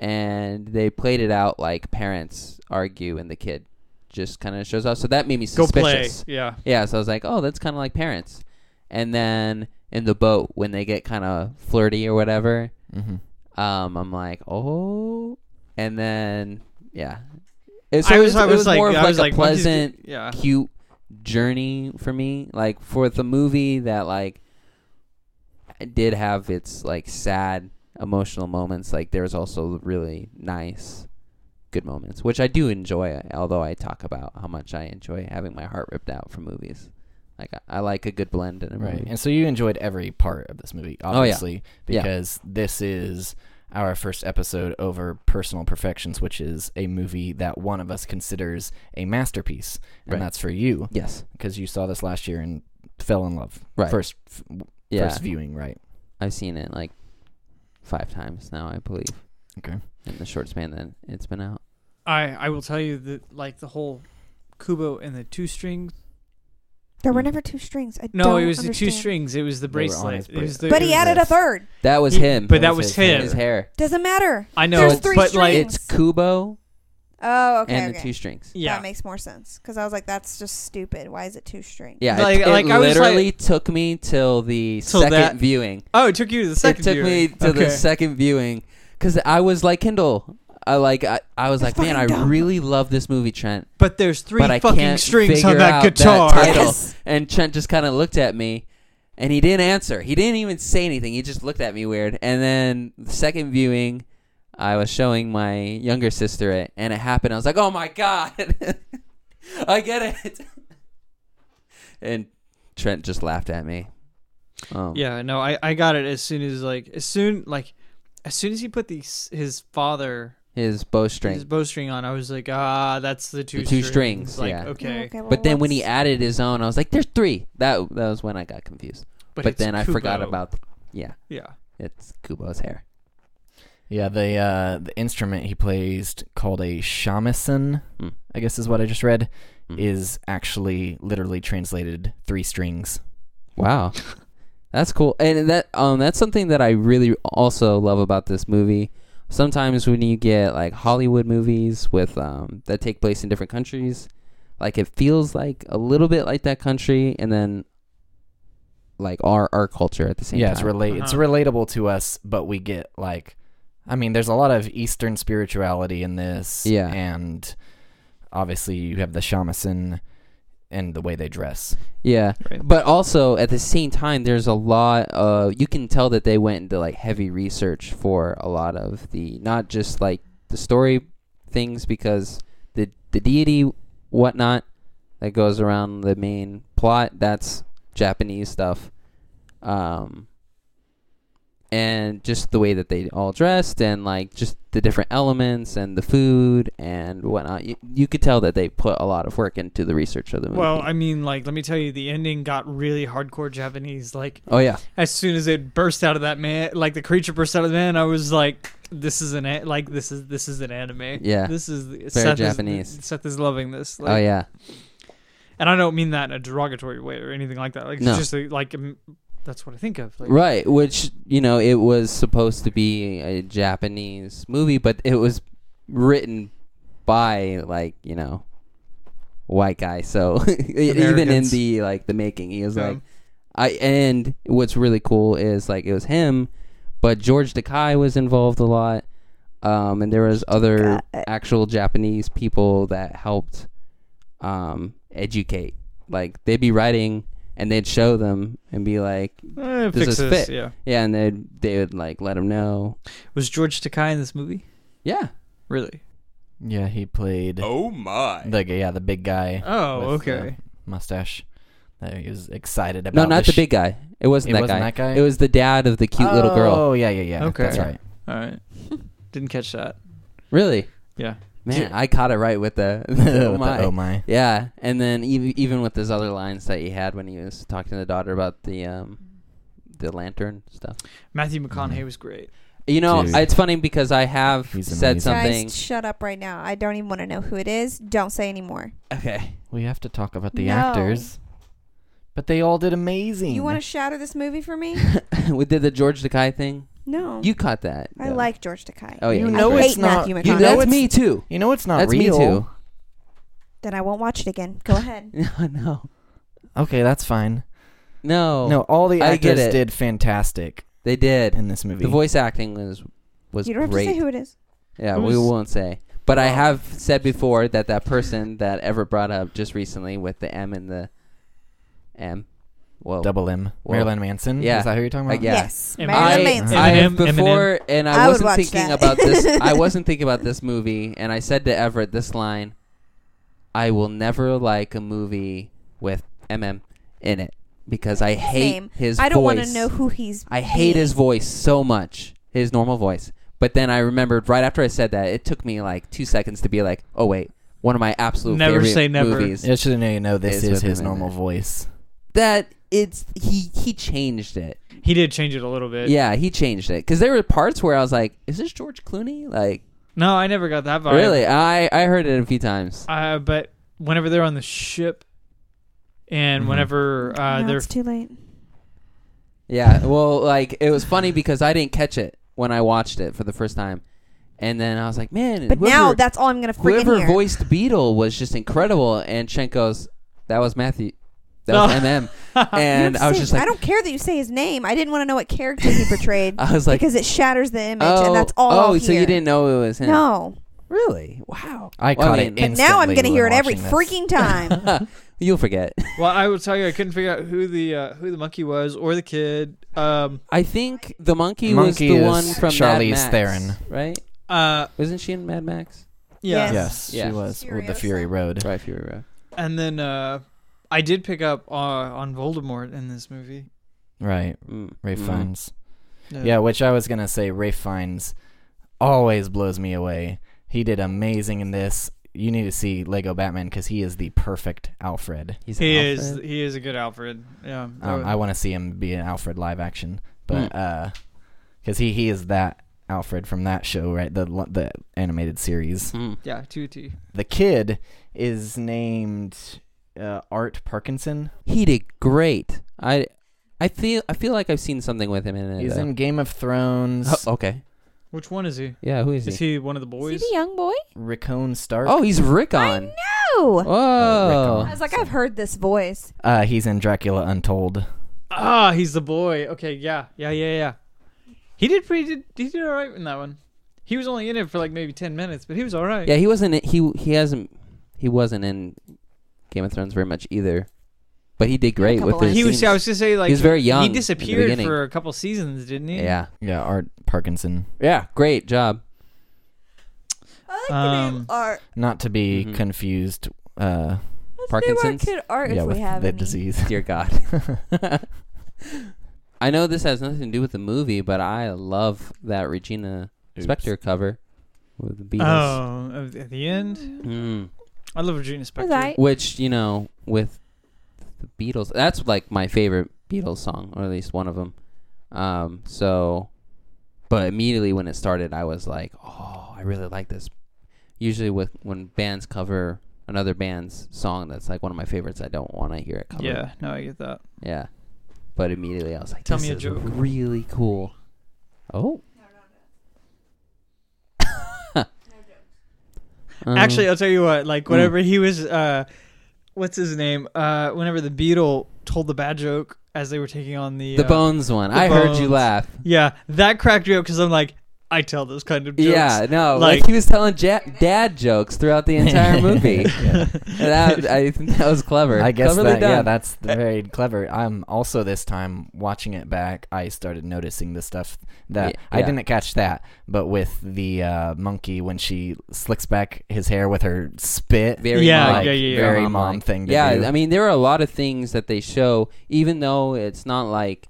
S4: and they played it out like parents argue and the kid just kind of shows up. So that made me
S2: go
S4: suspicious.
S2: play. Yeah.
S4: Yeah, so I was like, oh, that's kind of like parents. And then in the boat, when they get kind of flirty or whatever,
S1: Mm-hmm.
S4: um, I'm like, oh. And then, yeah. And
S2: I was.
S4: it's-
S2: I was, like,
S4: more of
S2: I
S4: like
S2: was
S4: a
S2: like, monkeys do-
S4: pleasant,
S2: Yeah.
S4: cute journey for me. Like, for the movie that, like, did have its, like, sad emotional moments, like, there's also really nice, good moments, which I do enjoy, although I talk about how much I enjoy having my heart ripped out for movies. Like, I, I like a good blend in a
S1: Right.
S4: movie.
S1: And so you enjoyed every part of this movie,
S4: Oh, yeah.
S1: obviously,
S4: Yeah.
S1: because this is our first episode over Personal Perfections, which is a movie that one of us considers a masterpiece. And
S4: Right.
S1: that's for you,
S4: Yes.
S1: because you saw this last year and fell in love.
S4: Right.
S1: First, f-
S4: Yeah.
S1: first viewing, right?
S4: I've seen it, like, five times now, I believe,
S1: Okay.
S4: in the short span that it's been out.
S2: I I will tell you that like the whole Kubo and the two strings
S3: There were never two strings. I
S2: No,
S3: don't
S2: it was the two
S3: understand.
S2: strings. It was the
S4: They were on his
S2: bracelet. It was
S4: bracelet.
S2: the,
S3: But
S2: it
S3: he
S2: was-
S3: added a third.
S4: That was
S2: He-
S4: him.
S2: but
S4: That
S2: that was him.
S4: His hair.
S3: Doesn't matter.
S2: I know,
S3: There's three
S2: but like,
S3: strings.
S4: It's Kubo
S3: Oh, okay.
S4: and the
S3: okay.
S4: two strings.
S2: yeah,
S3: That makes more sense because I was like, that's just stupid. Why is it two strings?
S4: Yeah,
S2: Like-
S4: it, it
S2: like, I was
S4: literally took me till the
S2: Till
S4: second
S2: that-
S4: viewing.
S2: Oh, it took you to the second.
S4: it took me
S2: viewing.
S4: to the
S2: Okay.
S4: second viewing because I was like Kindle. I like I, I was
S3: That's
S4: like, man, I
S3: fucking dumb."
S4: really love this movie, Trent.
S2: But there's three
S4: but I
S2: fucking
S4: can't
S2: strings on
S4: figure
S2: that
S4: out that
S2: guitar.
S4: title.
S3: Yes.
S4: And Trent just kind of looked at me, and he didn't answer. He didn't even say anything. He just looked at me weird. And then the second viewing, I was showing my younger sister it, and it happened. I was like, oh my god, I get it. and Trent just laughed at me. Um,
S2: Yeah, no, I, I got it as soon as like as soon like as soon as he put the s- his father
S4: his bowstring.
S2: his bowstring on, I was like, ah, that's the two
S4: The two
S2: strings.
S4: strings,
S2: Like,
S4: yeah.
S2: okay,
S3: Oh, Okay, well,
S4: But then when he
S3: what's-
S4: added his own, I was like, "There's three. That that was when I got confused. But,
S2: it's
S4: then I forgot
S2: Kubo.
S4: about. yeah,
S2: yeah.
S4: it's Kubo's hair.
S1: Yeah, the uh, the instrument he plays called a shamisen,
S4: Hmm.
S1: I guess is what I just read,
S4: Hmm.
S1: is actually literally translated three strings.
S4: Wow, that's cool. And that um, that's something that I really also love about this movie. Sometimes when you get like Hollywood movies with um that take place in different countries, like it feels like a little bit like that country, and then like our our culture at the same
S1: yeah,
S4: time.
S1: it's relate it's
S2: Uh-huh.
S1: relatable to us, but we get like, I mean, there's a lot of Eastern spirituality in this.
S4: Yeah.
S1: and obviously you have the shamisen and the way they dress.
S4: yeah.
S2: Right.
S4: But also at the same time, there's a lot of you can tell that they went into like heavy research for a lot of the not just like the story things because the the deity whatnot that goes around the main plot that's Japanese stuff, um, and just the way that they all dressed and like just the different elements and the food and whatnot. You, you could tell that they put a lot of work into the research of the movie.
S2: Well, I mean, like, let me tell you, the ending got really hardcore Japanese. Like,
S4: oh yeah.
S2: as soon as it burst out of that man, like the creature burst out of the man, I was like, "This is an a- like this is this is an anime.
S4: Yeah.
S2: this is Seth
S4: Japanese.
S2: Is, Seth is loving this. Like,
S4: oh yeah.
S2: and I don't mean that in a derogatory way or anything like that. Like,
S4: No.
S2: it's just like, like um, that's what I think of. Like,
S4: Right, which you know, it was supposed to be a Japanese movie, but it was written by like you know, white guy. So e-, even in
S2: Americans.
S4: the like the making, he was
S2: Um,
S4: like, I. And what's really cool is like it was him, but George Takei was involved a lot, um, and there was other
S3: Got it.
S4: actual Japanese people that helped um, educate. Like they'd be writing and they'd show them and be like,
S2: eh,
S4: Does
S2: fix
S4: this
S2: this.
S4: fit?
S2: Yeah.
S4: yeah, and they they would like let him know.
S2: Was George Takei in this movie?
S4: Yeah.
S2: Really?
S1: Yeah, he played
S4: Oh my.
S1: the yeah the big guy
S2: Oh,
S1: With, uh,
S2: okay.
S1: mustache. That he was excited about.
S4: no, not the,
S1: sh-
S4: big guy. It
S1: It
S4: wasn't, that,
S1: wasn't
S4: guy.
S1: that guy?
S4: It was the dad of the cute little girl.
S1: Oh yeah, yeah, yeah.
S2: Okay.
S1: that's right.
S2: All right. Didn't catch that.
S4: Really?
S2: Yeah.
S4: Man, I caught it right with the, oh
S1: With the
S4: my.
S1: oh my.
S4: Yeah, and then ev- even with his other lines that he had when he was talking to the daughter about the um, the lantern stuff.
S2: Matthew
S4: Mm-hmm.
S2: McConaughey was great.
S4: You know,
S1: Dude.
S4: it's funny because I have
S1: He's
S4: said
S1: amazing.
S4: something.
S3: Guys, shut up right now. I don't even want to know who it is. Don't say anymore.
S4: Okay,
S1: We have to talk about the
S3: No.
S1: actors. But they all did amazing.
S3: You want
S4: Mm.
S3: to shatter this movie for me?
S4: we did the George Takei thing.
S3: No.
S4: You caught that.
S3: I
S4: though.
S3: like George Takei.
S4: Oh, yeah,
S1: You
S4: he's
S1: know
S4: great.
S1: it's not.
S3: Matthew
S1: you
S3: McConaughey.
S1: know
S4: That's
S1: it's
S4: me too.
S1: You know it's not
S4: That's
S1: real.
S4: me too.
S3: Then I won't watch it again. Go ahead.
S4: No, no,
S1: Okay, that's fine.
S4: no.
S1: No, all the
S4: Oh. I get
S1: actors
S4: it.
S1: did fantastic
S4: they did.
S1: in this movie.
S4: The voice acting was was
S3: You don't have
S4: great.
S3: to say who it is.
S4: Yeah,
S2: Who's-
S4: we won't say. But I have said before that that person that ever brought up just recently with the M and the M. Well,
S1: Double M.
S4: Well,
S1: Marilyn Manson.
S4: yeah.
S1: Is that who you're talking
S4: Uh,
S1: about?
S4: yeah.
S3: Yes.
S2: Am
S3: Marilyn
S4: I,
S3: Manson.
S1: I-
S4: I have
S2: Eminem,
S4: before, and I,
S3: I would
S4: wasn't
S3: watch
S4: thinking
S3: that.
S4: about this. I wasn't thinking about this movie, and I said to Everett this line: "I will never like a movie with MM in it because I hate
S3: Same.
S4: his.
S3: I don't
S4: voice.
S3: want to know who he's.
S4: I hate his voice so much, his normal voice. But then I remembered right after I said that, it took me like two seconds to be like, oh wait, one of my absolute
S2: Never
S4: favorite
S2: say never.
S4: movies.
S1: I should know you know this
S4: Is
S1: is
S4: with
S1: his
S4: him in
S1: normal
S4: it.
S1: voice.
S4: That it's he he changed it.
S2: He did change it a little bit.
S4: Yeah, he changed it because there were parts where I was like, is this George Clooney? Like
S2: No, I never got that vibe.
S4: really? I I heard it a few times.
S2: Uh, but whenever they're on the ship and
S1: Mhm.
S4: Mm-hmm.
S2: whenever uh,
S3: Now
S2: they're
S3: it's too late.
S4: Yeah, well, like it was funny because I didn't catch it when I watched it for the first time, and then I was like, man,
S3: But
S4: whoever,
S3: now that's all I'm gonna freaking
S4: whoever
S3: hear.
S4: voiced Beetle was just incredible. And Chen goes, that was Matthew, that was
S2: Oh.
S4: MM,
S3: You
S4: and
S3: don't
S4: I was
S3: say-
S4: just like,
S3: I don't care that you say his name. I didn't want to know what character he portrayed
S4: I was like,
S3: because it shatters the image,
S4: oh,
S3: and that's all.
S4: oh,
S3: I'll
S4: so
S3: hear.
S4: you didn't know it was him?
S3: No,
S4: really? Wow,
S1: I
S4: Well,
S1: caught
S4: mean,
S1: it.
S3: but now I'm
S1: instantly
S3: gonna hear it
S1: when
S3: every
S1: watching this.
S3: freaking time.
S4: You'll forget.
S2: well, I would tell you I couldn't figure out who the uh, who the monkey was or the kid. Um,
S4: I think the monkey,
S1: Monkey
S4: was the
S1: is
S4: one from
S1: Charlize
S4: Mad Max,
S1: Theron.
S4: right?
S2: uh,
S4: Wasn't she in Mad Max?
S2: yeah,
S3: Yes.
S1: Yes,
S4: Yeah.
S1: she was with the
S3: Furiosa.
S1: Fury Road.
S4: Right, Fury Road.
S2: and then uh, I did pick up uh, on Voldemort in this movie.
S1: Right,
S4: Mm.
S1: Ray
S4: Mm.
S1: Fiennes. Yeah, which I was gonna say, Ray Fiennes always blows me away. He did amazing in this. You need to see Lego Batman because he is the perfect Alfred.
S4: He's
S2: he
S4: an
S2: is
S4: Alfred.
S2: he is a good Alfred. Yeah, Oh, that
S1: Um,
S2: was-
S1: I want to see him be an Alfred live action, but uh 'cause because he he is that Alfred from that show, right? The lo- the animated series.
S4: Mm.
S2: yeah, two T.
S1: The kid is named uh, Art Parkinson.
S4: He did great. I I feel I feel like I've seen something with him in it.
S1: He's
S4: though.
S1: in Game of Thrones.
S4: Oh, okay.
S2: Which one is he?
S4: Yeah, who is,
S2: Is
S4: he?
S2: he one of the boys?
S3: Is he the young boy?
S1: Rickon Stark.
S4: Oh, he's
S3: I
S4: Rickon.
S3: know.
S4: Oh. Whoa.
S3: I was like, I've heard this voice.
S1: Uh, he's in Dracula Untold.
S2: Ah, he's the boy. Okay, yeah, yeah, yeah, yeah. He did pretty. Did, he did all right in that one. He was only in it for like maybe ten minutes, but he was all right.
S4: yeah, he wasn't in- he he hasn't he wasn't in Game of Thrones very much either. But he did great
S3: couple
S4: with his
S2: he was.
S4: scenes.
S2: I was just say like
S4: He was very young
S2: He
S4: in the
S2: disappeared
S4: beginning.
S2: for a couple seasons, didn't he?
S4: Yeah.
S1: Yeah, Art Parkinson.
S4: Yeah, great job.
S3: I
S2: like the name Um,
S3: Art.
S1: Not to be
S4: Mhm.
S1: confused. Uh,
S4: Parkinson's?
S3: kid Art
S1: yeah,
S3: if
S1: with
S3: we have
S1: the
S3: any.
S1: disease.
S4: Dear God. I know this has nothing to do with the movie, but I love that Regina Spector cover with the Beatles.
S2: Oh, at- at the end,
S4: Mm.
S2: I love Regina Spektor.
S3: Was I?
S4: Which, you know, with the Beatles, that's like my favorite Beatles song, or at least one of them. Um, so, but immediately when it started, I was like, oh, I really like this. Usually, with when bands cover another band's song that's like one of my favorites, I don't want to hear it covered.
S2: Yeah, no, I get that.
S4: Yeah. But immediately I was like,
S2: Tell
S4: this
S2: me a
S4: is
S2: joke.
S4: really cool. Oh. Um,
S2: Actually, I'll tell you what. Like, whenever he was, uh, what's his name? Uh, whenever the Beatle told the bad joke as they were taking on the
S4: the
S2: uh,
S4: bones one.
S2: the
S4: I heard you
S2: Bones.
S4: laugh.
S2: Yeah, that cracked me up because I'm like, I tell those kind of jokes.
S4: Yeah, no, like,
S2: Like-
S4: he was telling ja- dad jokes throughout the entire movie. that I think that was clever.
S1: I guess
S4: Cleverly
S1: that, yeah,
S4: done.
S1: that's very clever. I'm also this time watching it back. I started noticing the stuff that
S4: Yeah,
S1: I
S4: yeah.
S1: didn't catch that, but with the uh, monkey when she slicks back his hair with her spit,
S4: very
S2: Yeah,
S4: mom,
S2: yeah, yeah, yeah.
S1: very
S4: mom-like.
S1: mom thing to
S4: yeah,
S1: do.
S4: I mean there are a lot of things that they show, even though it's not like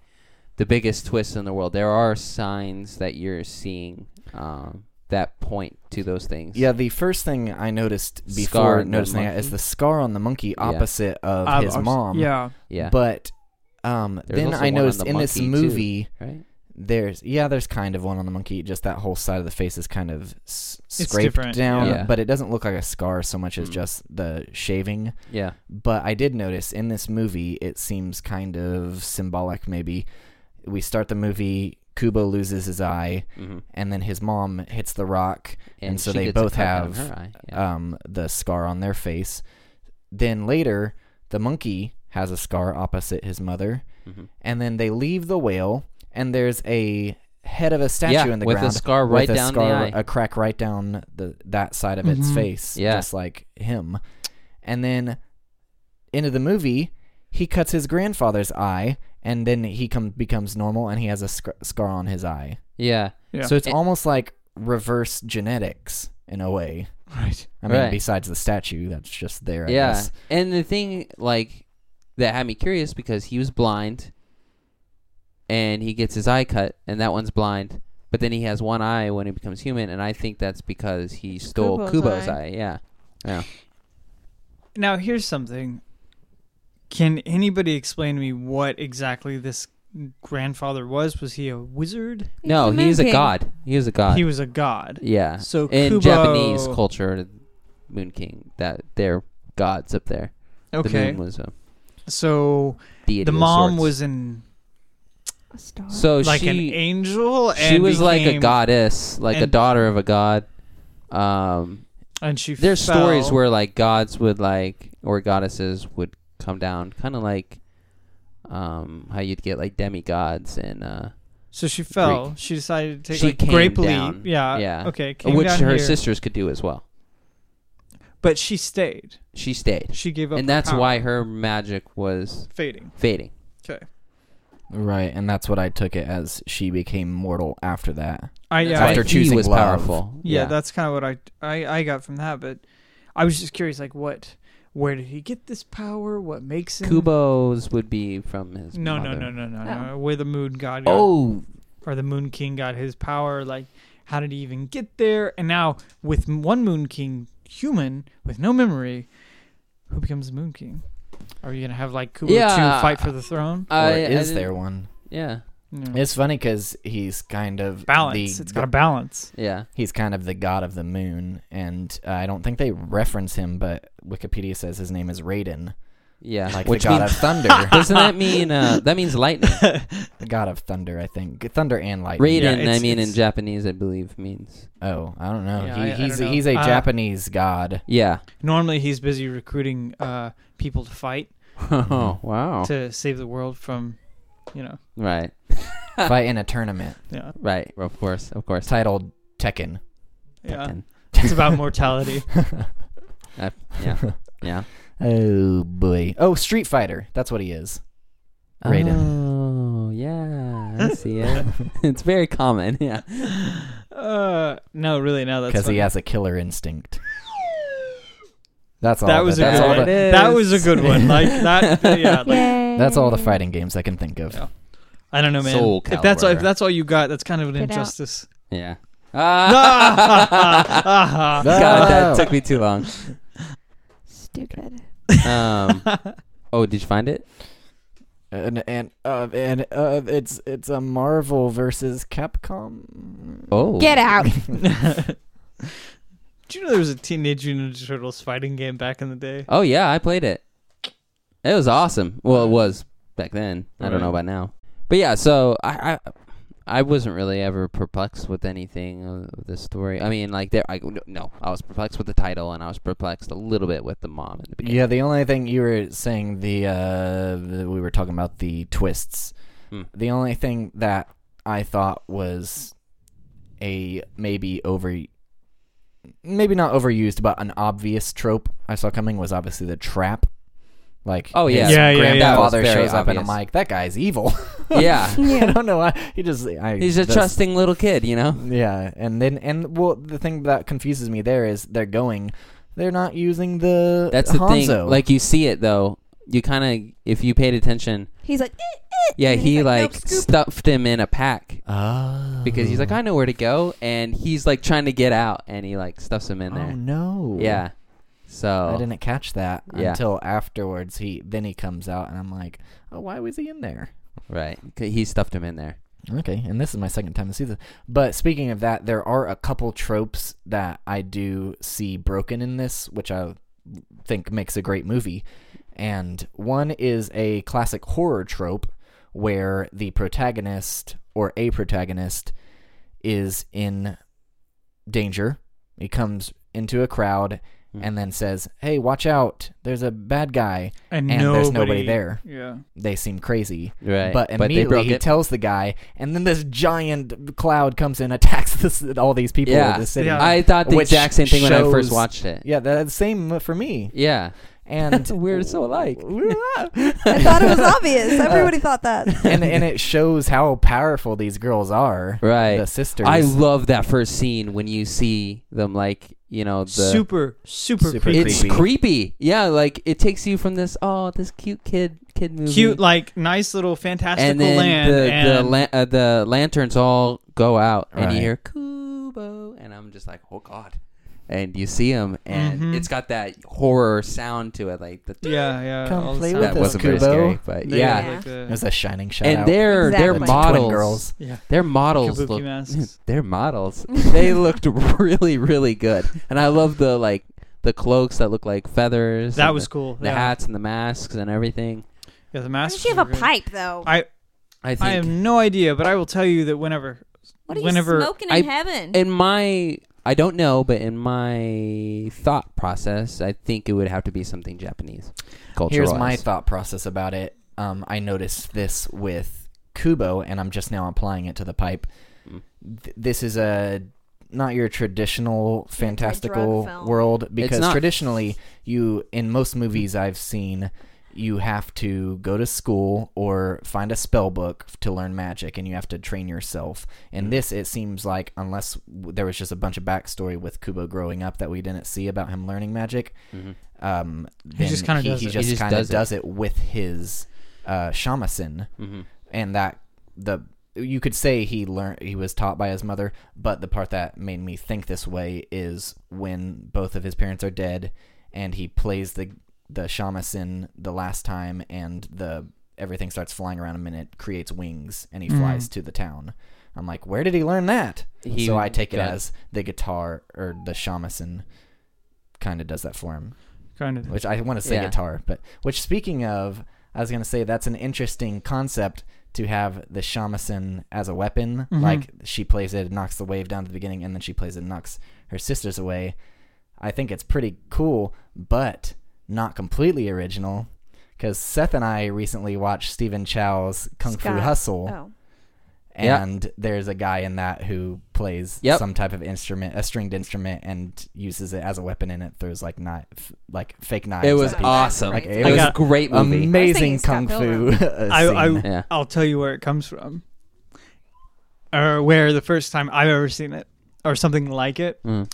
S4: the biggest twist in the world. There are signs that you're seeing um, that point to those things.
S1: yeah, the first thing I noticed
S4: Scar
S1: before
S4: on the
S1: noticing that
S4: monkey.
S1: is the scar on the monkey
S4: Yeah.
S1: opposite of
S2: Um,
S1: his
S2: I'm s-
S1: mom.
S2: Yeah,
S4: yeah,
S1: But um,
S4: There's
S1: then
S4: also
S1: I
S4: one on
S1: noticed
S4: the
S1: in this
S4: monkey, too.
S1: movie.
S4: right.
S1: There's yeah, there's kind of one on the monkey. Just that whole side of the face is kind of s- scraped
S2: different,
S1: down,
S4: yeah. Yeah.
S1: but it doesn't look like a scar so much as
S4: Mm.
S1: just the shaving.
S4: Yeah,
S1: But I did notice in this movie, it seems kind of symbolic. Maybe we start the movie, Kubo loses his eye,
S4: hmm and,
S1: and then his mom hits the rock. And so
S4: she
S1: they
S4: gets a
S1: both
S4: cut down
S1: have,
S4: her eye. Yeah.
S1: Um, the scar on their face. Then later, the monkey has a scar opposite his mother,
S4: Mhm.
S1: and then they leave the whale, and there's a head of a statue
S4: yeah,
S1: in the
S4: with
S1: ground
S4: a scar right
S1: with a
S4: down
S1: scar,
S4: the eye.
S1: a crack right down the that side of its
S2: Mhm.
S1: face,
S4: Yeah.
S1: just like him. And then into the movie, he cuts his grandfather's eye, and then he come, becomes normal, and he has a sc- scar on his eye.
S4: yeah,
S2: Yeah.
S1: So it's
S4: And-
S1: almost like reverse genetics in a way.
S2: right.
S1: I mean,
S4: Right.
S1: besides the statue that's just there. I
S4: yeah.
S1: guess.
S4: And the thing like that had me curious because he was blind, and he gets his eye cut, and that one's blind. But then he has one eye when he becomes human, and I think that's because he stole
S3: Kubo's
S4: Kubo's,
S3: eye.
S4: eye. Yeah, yeah.
S2: Now here's something. Can anybody explain to me what exactly this grandfather was? Was he a wizard?
S4: no,
S3: the
S4: he is a
S3: Moon King.
S4: god. He is a god.
S2: He was a god.
S4: yeah.
S2: So
S4: in
S2: Kubo-
S4: Japanese culture, Moon King, that they're gods up there. The
S2: Okay.
S4: moon was a
S2: So
S4: deity
S2: the
S4: of
S2: mom
S4: sorts.
S2: was in
S3: A star.
S4: so
S2: like
S4: she
S2: an angel, and
S4: she was like a
S2: became-
S4: goddess, like a
S2: and-
S4: daughter of a god. Um,
S2: And she
S4: there's
S2: fell.
S4: stories where like gods would like or goddesses would come down, kind of like um, how you'd get like demigods and uh,
S2: so she fell. She decided to take
S4: She
S2: like
S4: came
S2: grape
S4: down.
S2: leap. Yeah.
S4: Yeah.
S2: Okay. Came
S4: which
S2: down
S4: her
S2: here,
S4: sisters could do as well.
S2: but she stayed.
S4: She stayed,
S2: She gave up,
S4: and
S2: her
S4: that's
S2: power.
S4: why her magic was
S2: fading.
S4: fading.
S2: Okay.
S1: Right, and that's what I took it as. She became mortal after that.
S2: I
S4: That's
S2: yeah.
S4: why
S1: After
S4: he
S1: choosing
S4: was
S1: love.
S4: powerful.
S2: yeah, that's kind of what I, I I got from that. But I was just curious, like, what, where did he get this power? What makes him?
S4: Kubo's would be from his
S2: No, no, no,
S4: mother.
S2: no, no,
S3: Oh.
S2: no. Where the moon god got,
S4: Oh,
S2: or the moon king got his power. Like, how did he even get there? And now with m- one moon king human with no memory, who becomes the moon king? Are you gonna have like Kubo
S4: Yeah.
S2: to fight for the throne?
S1: Or
S4: I- I
S1: is
S4: didn't-
S1: there one?
S4: Yeah,
S2: No.
S1: It's funny because he's kind of
S2: balance.
S1: The,
S2: it's got a balance.
S4: yeah.
S1: he's kind of the god of the moon, and uh, I don't think they reference him, but Wikipedia says his name is Raiden,
S4: Yeah,
S1: like
S4: which
S1: the god
S4: means,
S1: of thunder.
S4: doesn't that mean uh, that means lightning?
S1: the god of thunder, I think. Thunder and lightning.
S2: Yeah,
S4: Raiden, I
S2: it's-
S4: mean, in
S2: it's-
S4: Japanese, I believe means
S1: Oh, I don't know.
S2: Yeah,
S1: he,
S2: I- I
S1: he's
S2: don't know.
S1: he's a
S2: Uh,
S1: Japanese god.
S4: yeah.
S2: Normally he's busy recruiting uh, people to fight.
S4: Oh wow!
S2: to save the world from, you know,
S4: Right,
S1: Fight in a tournament
S2: yeah,
S4: right. Of course, of course.
S1: titled Tekken.
S2: yeah.
S4: Tekken.
S2: it's about mortality.
S4: Uh, yeah, yeah.
S1: Oh boy. Oh, Street Fighter. That's what he is. Raiden.
S4: Oh yeah, I see it. it's very common. Yeah.
S2: Uh, no, really, no. That's
S1: Because he
S2: funny.
S1: has a killer instinct. That's all.
S2: that
S1: the-
S2: was a
S1: that's
S2: good
S1: all
S2: one.
S1: the-
S2: That was a good one. Like that. Yeah. Like,
S3: Yay.
S1: That's all the fighting games I can think of.
S2: Yeah. I don't know, man.
S4: Soul
S2: if that's all, if
S4: Calibur.
S2: that's all you got, that's kind of an
S3: Get out.
S2: injustice.
S4: Yeah.
S2: Ah!
S4: Ah!
S2: Ah!
S1: No.
S4: God, that took me too long.
S3: Stupid.
S4: Um, oh, did you find it?
S1: And and uh, and uh, it's it's a Marvel versus Capcom.
S4: Oh,
S3: Get out.
S2: Do you know there was a Teenage Mutant Ninja Turtles fighting game back in the day?
S4: Oh yeah, I played it. It was awesome. Well, it was back then. I don't know
S2: Right.
S4: about now. But yeah, so I I, I wasn't really ever perplexed with anything of this story. I mean, like there, I no, I was perplexed with the title, and I was perplexed a little bit with the mom in the beginning.
S1: Yeah, the only thing you were saying the uh, we were talking about the twists.
S4: Hmm.
S1: The only thing that I thought was a maybe over, maybe not overused, but an obvious trope I saw coming was obviously the trap. Like
S4: Oh, yeah.
S1: his
S2: Yeah, yeah, yeah.
S1: grandfather
S4: That was very
S1: shows up and I'm
S4: obvious.
S1: like, that guy's evil.
S4: Yeah.
S1: I
S3: Yeah.
S1: don't know why he just I,
S4: He's a
S1: that's-
S4: trusting little kid, you know.
S1: Yeah, and then and well, the thing that confuses me there is they're going, they're not using the
S4: That's the
S1: Hanzo.
S4: thing. Like you see it though. You kind of, if you paid attention,
S3: He's like, eh, eh.
S4: yeah,
S3: And he's
S4: he like
S3: nope, scoop.
S4: stuffed him in a pack
S1: Oh.
S4: because he's like, "Ah," I know where to go, and he's like trying to get out, and he like stuffs him in
S1: Oh
S4: there.
S1: no.
S4: Yeah. So
S1: I didn't catch that
S4: Yeah.
S1: until afterwards. He then he comes out and I'm like, oh, why was he in there?
S4: Right. 'Kay, He stuffed him in there.
S1: Okay, and this is my second time to see this. But speaking of that, there are a couple tropes that I do see broken in this, which I think makes a great movie. And one is a classic horror trope where the protagonist or a protagonist is in danger. He comes into a crowd
S4: Hmm.
S1: and then says, "Hey, watch out. There's a bad guy."
S2: And,
S1: And
S2: nobody,
S1: there's nobody there.
S2: Yeah.
S1: They seem crazy.
S4: Right.
S1: But
S4: they
S1: immediately
S4: broke
S1: he
S4: it.
S1: tells the guy, and then this giant cloud comes in, attacks this, all these people
S4: Yeah.
S1: in the city.
S2: Yeah.
S4: I thought the
S1: which
S4: exact same thing when I first
S1: shows-
S4: watched it.
S1: Yeah, that's same for me.
S4: Yeah.
S1: And
S4: We're so alike.
S3: I thought it was obvious. Everybody thought that.
S1: and and it shows how powerful these girls are.
S4: Right.
S1: the sisters.
S4: I love that first scene when you see them like, you know, the
S2: super, super,
S1: Super
S2: creepy.
S4: It's creepy.
S1: creepy.
S4: Yeah, like it takes you from this oh, this cute kid kid movie.
S2: cute, like nice little fantastical
S4: and then
S2: land.
S4: the
S2: and
S4: the, lan- uh, the lanterns all go out and
S1: Right.
S4: you hear Kubo and I'm just like, "Oh god." And you see him and
S1: Mm-hmm.
S2: Mhm.
S4: it's got that horror sound to it like the
S2: yeah, yeah.
S1: Come
S2: all the
S1: play
S2: sound.
S1: with
S4: that
S1: us,
S4: wasn't
S1: Kubo.
S4: very scary, but
S2: They
S4: yeah.
S2: had, like,
S1: it
S2: the-
S1: was a shining shout
S4: and
S1: out.
S4: their their
S3: Exactly.
S4: models,
S1: twin girls.
S2: yeah.
S4: their models
S2: Kabuki
S4: look,
S2: masks.
S4: their models, they looked really really good, and I love the like the cloaks that look like feathers.
S2: That
S4: and
S2: was
S4: the,
S2: cool.
S4: the
S2: yeah.
S4: hats and the masks and everything.
S2: Yeah, the
S3: Why
S2: mask.
S3: does she have a pipe though?
S2: I
S4: I think
S2: I have no idea, but I will tell you that whenever
S3: what are
S2: whenever
S3: you smoking in
S4: I-
S3: heaven?
S4: in my I don't know, but in my thought process, I think it would have to be something Japanese. Cultural.
S1: Here's my thought process about it. Um, I noticed this with Kubo, and I'm just now applying it to the pipe.
S4: Mm.
S1: Th- this is a not your traditional fantastical
S3: film.
S1: world because
S4: not.
S1: traditionally, you in most movies I've seen, you have to go to school or find a spell book to learn magic, and you have to train yourself. And
S4: Mm.
S1: this, it seems like, unless w- there was just a bunch of backstory with Kubo growing up that we didn't see about him learning magic,
S4: Mhm.
S1: um,
S2: He just
S1: then
S2: kinda
S1: he,
S2: does
S1: he
S2: it.
S1: just
S4: He just
S1: kind of
S4: does
S1: does,
S4: it.
S1: it with his uh, shamisen,
S4: Mhm.
S1: and that the you could say he learned he was taught by his mother, but the part that made me think this way is when both of his parents are dead, and he plays the the shamisen the last time, and the everything starts flying around him, and it creates wings, and he
S2: Mm.
S1: flies to the town. I'm like, where did he learn that?
S4: He
S1: so I take it
S4: got-
S1: as the guitar or the shamisen kind of does that for him
S2: kind of
S1: which I want to say
S4: Yeah.
S1: guitar, but which speaking of, I was going to say that's an interesting concept to have the shamisen as a weapon.
S2: Mhm.
S1: Like she plays it, it knocks the wave down to the beginning, and then she plays it, and knocks her sisters away. I think it's pretty cool, but not completely original. Because Seth and I recently watched Stephen Chow's Kung Fu
S3: Scott.
S1: Hustle,
S3: oh,
S4: Yeah.
S1: and there's a guy in that who plays
S4: Yep.
S1: some type of instrument, a stringed instrument, and uses it as a weapon, and it throws like knife, like fake knives.
S4: It
S1: at
S4: was
S1: people.
S4: awesome.
S1: Like,
S4: it
S1: I
S4: was a
S2: got-
S4: great movie.
S1: amazing kung
S3: Scott
S1: fu. uh,
S2: I- I-
S1: scene.
S4: yeah.
S2: I'll tell you where it comes from, or where the first time I've ever seen it, or something like it.
S4: Mm.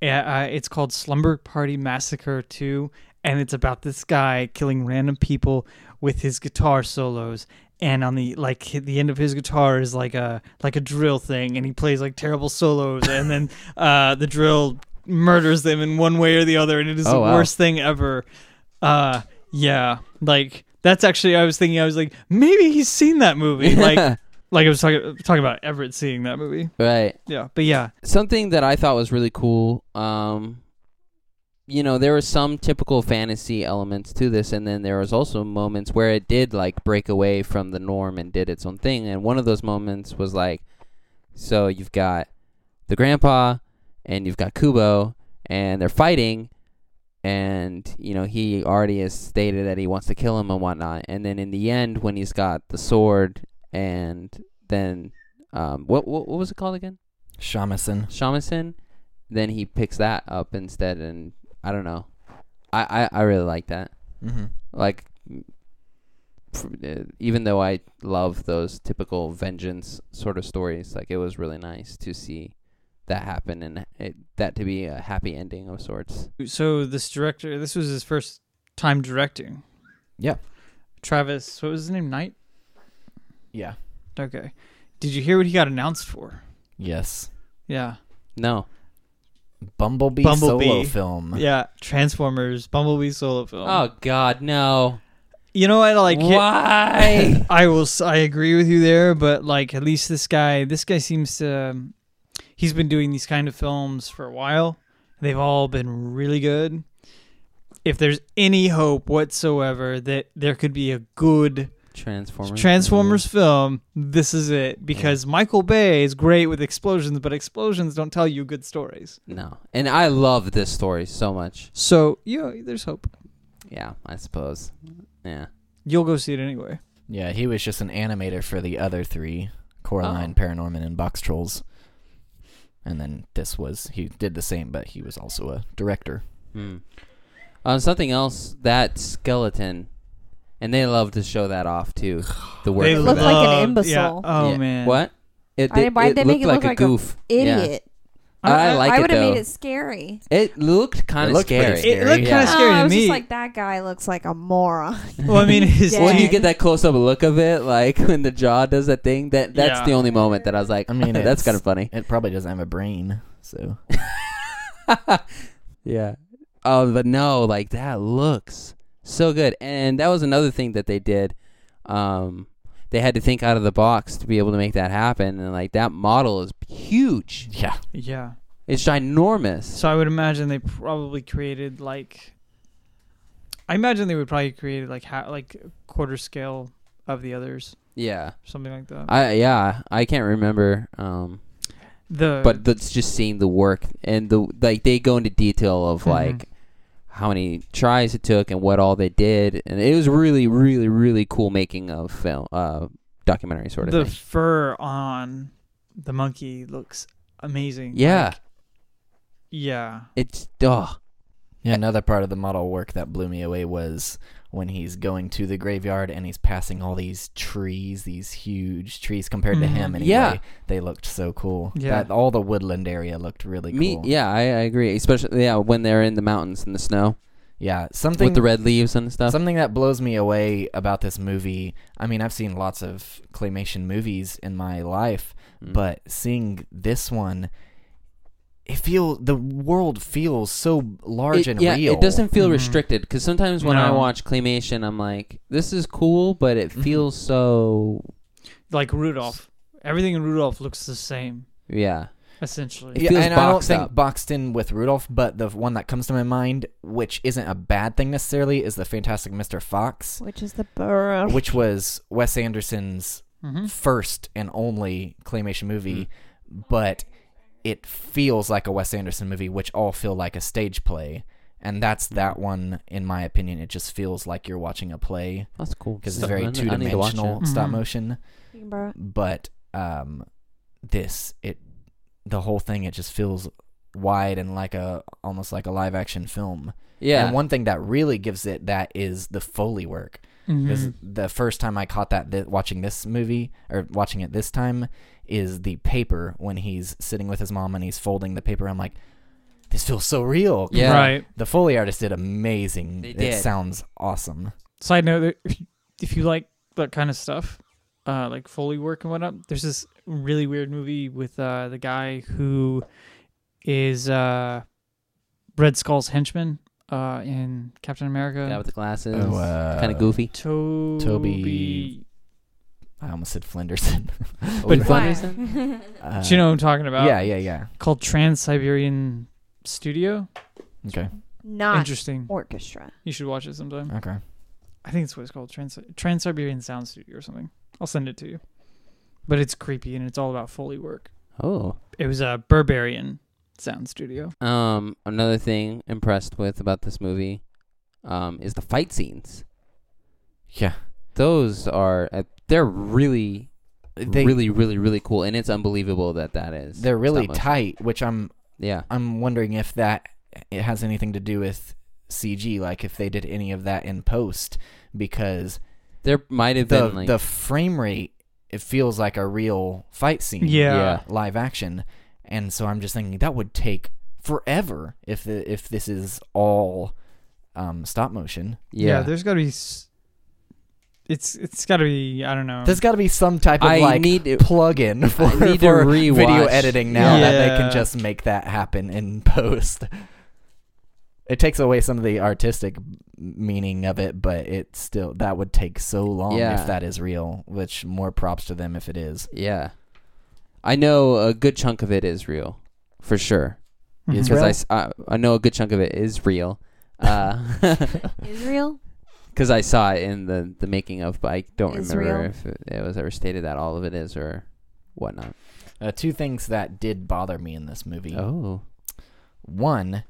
S2: Yeah, uh, it's called Slumber Party Massacre 2, and it's about this guy killing random people with his guitar solos. And on the like hi- the end of his guitar is like a like a drill thing, and he plays like terrible solos, and then uh, the drill murders them in one way or the other, and it is
S4: Oh,
S2: the
S4: wow.
S2: worst thing ever. Uh, yeah, like that's actually I was thinking I was like maybe he's seen that movie, like like I was talking talking about Everett seeing that movie.
S4: right.
S2: Yeah, but yeah,
S4: something that I thought was really cool. Um, you know, there were some typical fantasy elements to this, and then there was also moments where it did like break away from the norm and did its own thing. And one of those moments was like, so you've got the grandpa, and you've got Kubo, and they're fighting, and you know he already has stated that he wants to kill him and whatnot. And then in the end, when he's got the sword, and then um, what what, what was it called again?
S1: Shamisen.
S4: shamisen, then he picks that up instead, and I don't know. I I, I really like that.
S1: hmm
S4: Like, m- f- uh, even though I love those typical vengeance sort of stories, like it was really nice to see that happen and it, that to be a happy ending of sorts.
S2: so this director this was his first time directing
S1: Yeah.
S2: travis what was his name knight
S1: Yeah.
S2: okay did you hear what he got announced for
S1: Yes.
S2: yeah
S4: No,
S1: Bumblebee,
S2: Bumblebee.
S1: solo film.
S2: yeah transformers bumblebee solo film
S4: oh God, no!
S2: you know what like
S4: Like
S2: he-
S4: why?
S2: i will s- i agree with you there but like at least this guy this guy seems to he's been doing these kind of films for a while they've all been really good if there's any hope whatsoever that there could be a good
S4: Transformers.
S2: Transformers film, this is it because Michael Bay is great with explosions, but explosions don't tell you good stories.
S4: No, and I love this story so much.
S2: So yeah, there's hope.
S4: Yeah, I suppose. Yeah.
S2: You'll go see it anyway.
S1: Yeah, he was just an animator for the other three Coraline,
S4: Oh.
S1: Paranorman, and Box Trolls. And then this was, he did the same, but he was also a director.
S4: Hmm. Um, something else that skeleton, and they love to show that off too. The word
S2: They
S4: for
S3: look
S4: that.
S3: like an
S2: love-
S3: imbecile.
S2: yeah. Oh
S4: Yeah.
S2: man,
S4: what? It,
S3: I mean, why did they make
S4: looked
S3: it look like a
S4: goof. Yeah.
S3: idiot!
S4: I like
S3: I
S4: it
S3: would have
S4: though.
S3: made it scary.
S4: It looked kind
S1: It
S4: of
S1: looked pretty
S4: scary.
S1: scary.
S2: It looked
S4: Yeah.
S2: kind of scary
S3: oh, I
S2: to
S3: was
S2: me.
S3: just like that guy looks like a moron.
S2: well, I mean, his
S3: Yeah.
S4: When you
S3: Dang.
S4: get that close-up look of it, like when the jaw does that thing, that that's
S2: Yeah.
S4: the only moment that I was like,
S1: I mean,
S4: that's
S1: it's-
S4: kind of funny.
S1: It probably doesn't have a brain, so.
S4: yeah. Oh, but no, like that looks so good. And that was another thing that they did. Um, they had to think out of the box to be able to make that happen. And like that model is huge.
S1: Yeah.
S2: yeah.
S4: It's ginormous.
S2: So I would imagine they probably created like I imagine they would probably create like ha- like quarter scale of the others,
S4: Yeah.
S2: something like that.
S4: I yeah, I can't remember um
S2: the
S4: but that's just seeing the work and the like they go into detail of
S2: Mhm.
S4: like how many tries it took and what all they did and it was really really really cool making of film uh documentary sort of
S2: the
S4: thing.
S2: fur on the monkey looks amazing.
S4: Yeah.
S2: Like, yeah.
S4: It's oh
S1: Yeah, another part of the model work that blew me away was when he's going to the graveyard and he's passing all these trees, these huge trees compared to
S2: Mhm.
S1: him. Anyway,
S4: Yeah.
S1: they looked so cool.
S2: Yeah.
S1: that, all the woodland area looked really cool.
S4: me yeah, I, I agree. Especially yeah, when they're in the mountains in the snow
S1: yeah, something
S4: with the red leaves and stuff.
S1: Something that blows me away about this movie. I mean, I've seen lots of claymation movies in my life,
S4: Mm.
S1: but seeing this one, it feel the world feels so large
S4: it,
S1: and
S4: yeah,
S1: real.
S4: it doesn't feel
S2: Mhm.
S4: restricted because sometimes when I
S2: No.
S4: watch claymation, I'm like, this is cool, but it
S1: Mhm.
S4: feels so
S2: Like Rudolph. Everything in Rudolph looks the same,
S4: yeah.
S2: essentially.
S4: It
S1: Yeah,
S4: feels
S1: and I don't
S4: boxed
S1: think
S4: up.
S1: boxed in with Rudolph, but the one that comes to my mind, which isn't a bad thing necessarily, is the Fantastic Mr. Fox,
S3: Which is the burrow.
S1: which was Wes Anderson's
S4: Hmm?
S2: Mm-hmm.
S1: first and only claymation movie, but it feels like a Wes Anderson movie, which all feel like a stage play. And that's that one, in my opinion. It just feels like you're watching a play
S4: That's cool
S1: because it's
S4: stuff. I
S1: very
S4: need-
S1: two
S4: I need to watch
S1: dimensional
S4: it.
S1: stop
S2: Mhm.
S1: motion.
S3: You can borrow it.
S1: But um, this, it, the whole thing, it just feels wide and like a almost like a live action film.
S4: Yeah,
S1: And one thing that really gives it that is the foley work because
S4: Mm-hmm.
S1: the first time I caught that th- watching this movie or watching it this time is the paper when he's sitting with his mom and he's folding the paper. I'm like, this feels so real.
S4: Yeah.
S2: Right.
S1: The Foley artist did amazing.
S4: They
S1: It
S4: did.
S1: sounds awesome.
S2: Side note: there- if you- if you like that kind of stuff, uh, like Foley work and whatnot, there's this really weird movie with uh, the guy who is uh, Red Skull's henchman uh, in Captain America.
S4: yeah, with the glasses,
S1: Oh, uh,
S4: kind of goofy.
S2: Toby.
S1: Toby- I almost said Flinderson.
S2: But-
S4: Fun,
S3: Why?
S4: isn't
S1: Uh,
S2: Do you know what I'm talking about?
S1: yeah, yeah, yeah.
S2: Called Trans Siberian Studio.
S1: Okay,
S3: Not
S2: Interesting.
S3: orchestra.
S2: You should watch it sometime.
S1: okay.
S2: I think that's what it's called Trans Trans Siberian Sound Studio or something. I'll send it to you. But it's creepy and it's all about Foley work.
S4: Oh,
S2: It was a Berberian sound studio.
S4: um, another thing impressed with about this movie, um, is the fight scenes.
S1: Yeah,
S4: Those are uh, they're really,
S1: They-
S4: really, really, really cool, and it's unbelievable that that is.
S1: they're really
S4: stop motion.
S1: tight, which I'm
S4: Yeah,
S1: I'm wondering if that it has anything to do with CG, like if they did any of that in post, because
S4: there might have
S1: the
S4: been like
S1: the frame rate it feels like a real fight scene
S4: Yeah.
S1: live action and so i'm just thinking that would take forever if the, if this is all um, stop motion
S2: Yeah,
S4: yeah.
S2: there's got to be. s- It's it's got to be I don't know.
S1: there's got to be some type of
S4: I
S1: like
S4: need to-
S1: plug-in for,
S4: need to
S1: for video
S4: rewatch.
S1: editing now that they
S2: Yeah.
S1: can just make that happen in post it takes away some of the artistic meaning of it but it still that would take so long
S4: Yeah.
S1: if that is real which more props to them if it is
S4: Yeah. I know a good chunk of it is real, for sure.
S2: Mhm.
S1: It's
S4: Because I
S1: Mm-hmm. real?
S4: s- I, I know a good chunk of it is real.
S1: Uh,
S4: Because
S3: Israel?
S4: I saw it in the, the making of, but I don't
S3: Is
S4: remember
S3: real?
S4: if it, it was ever stated that all of it is or whatnot.
S1: Uh, two things that did bother me in this movie.
S4: Oh.
S1: One,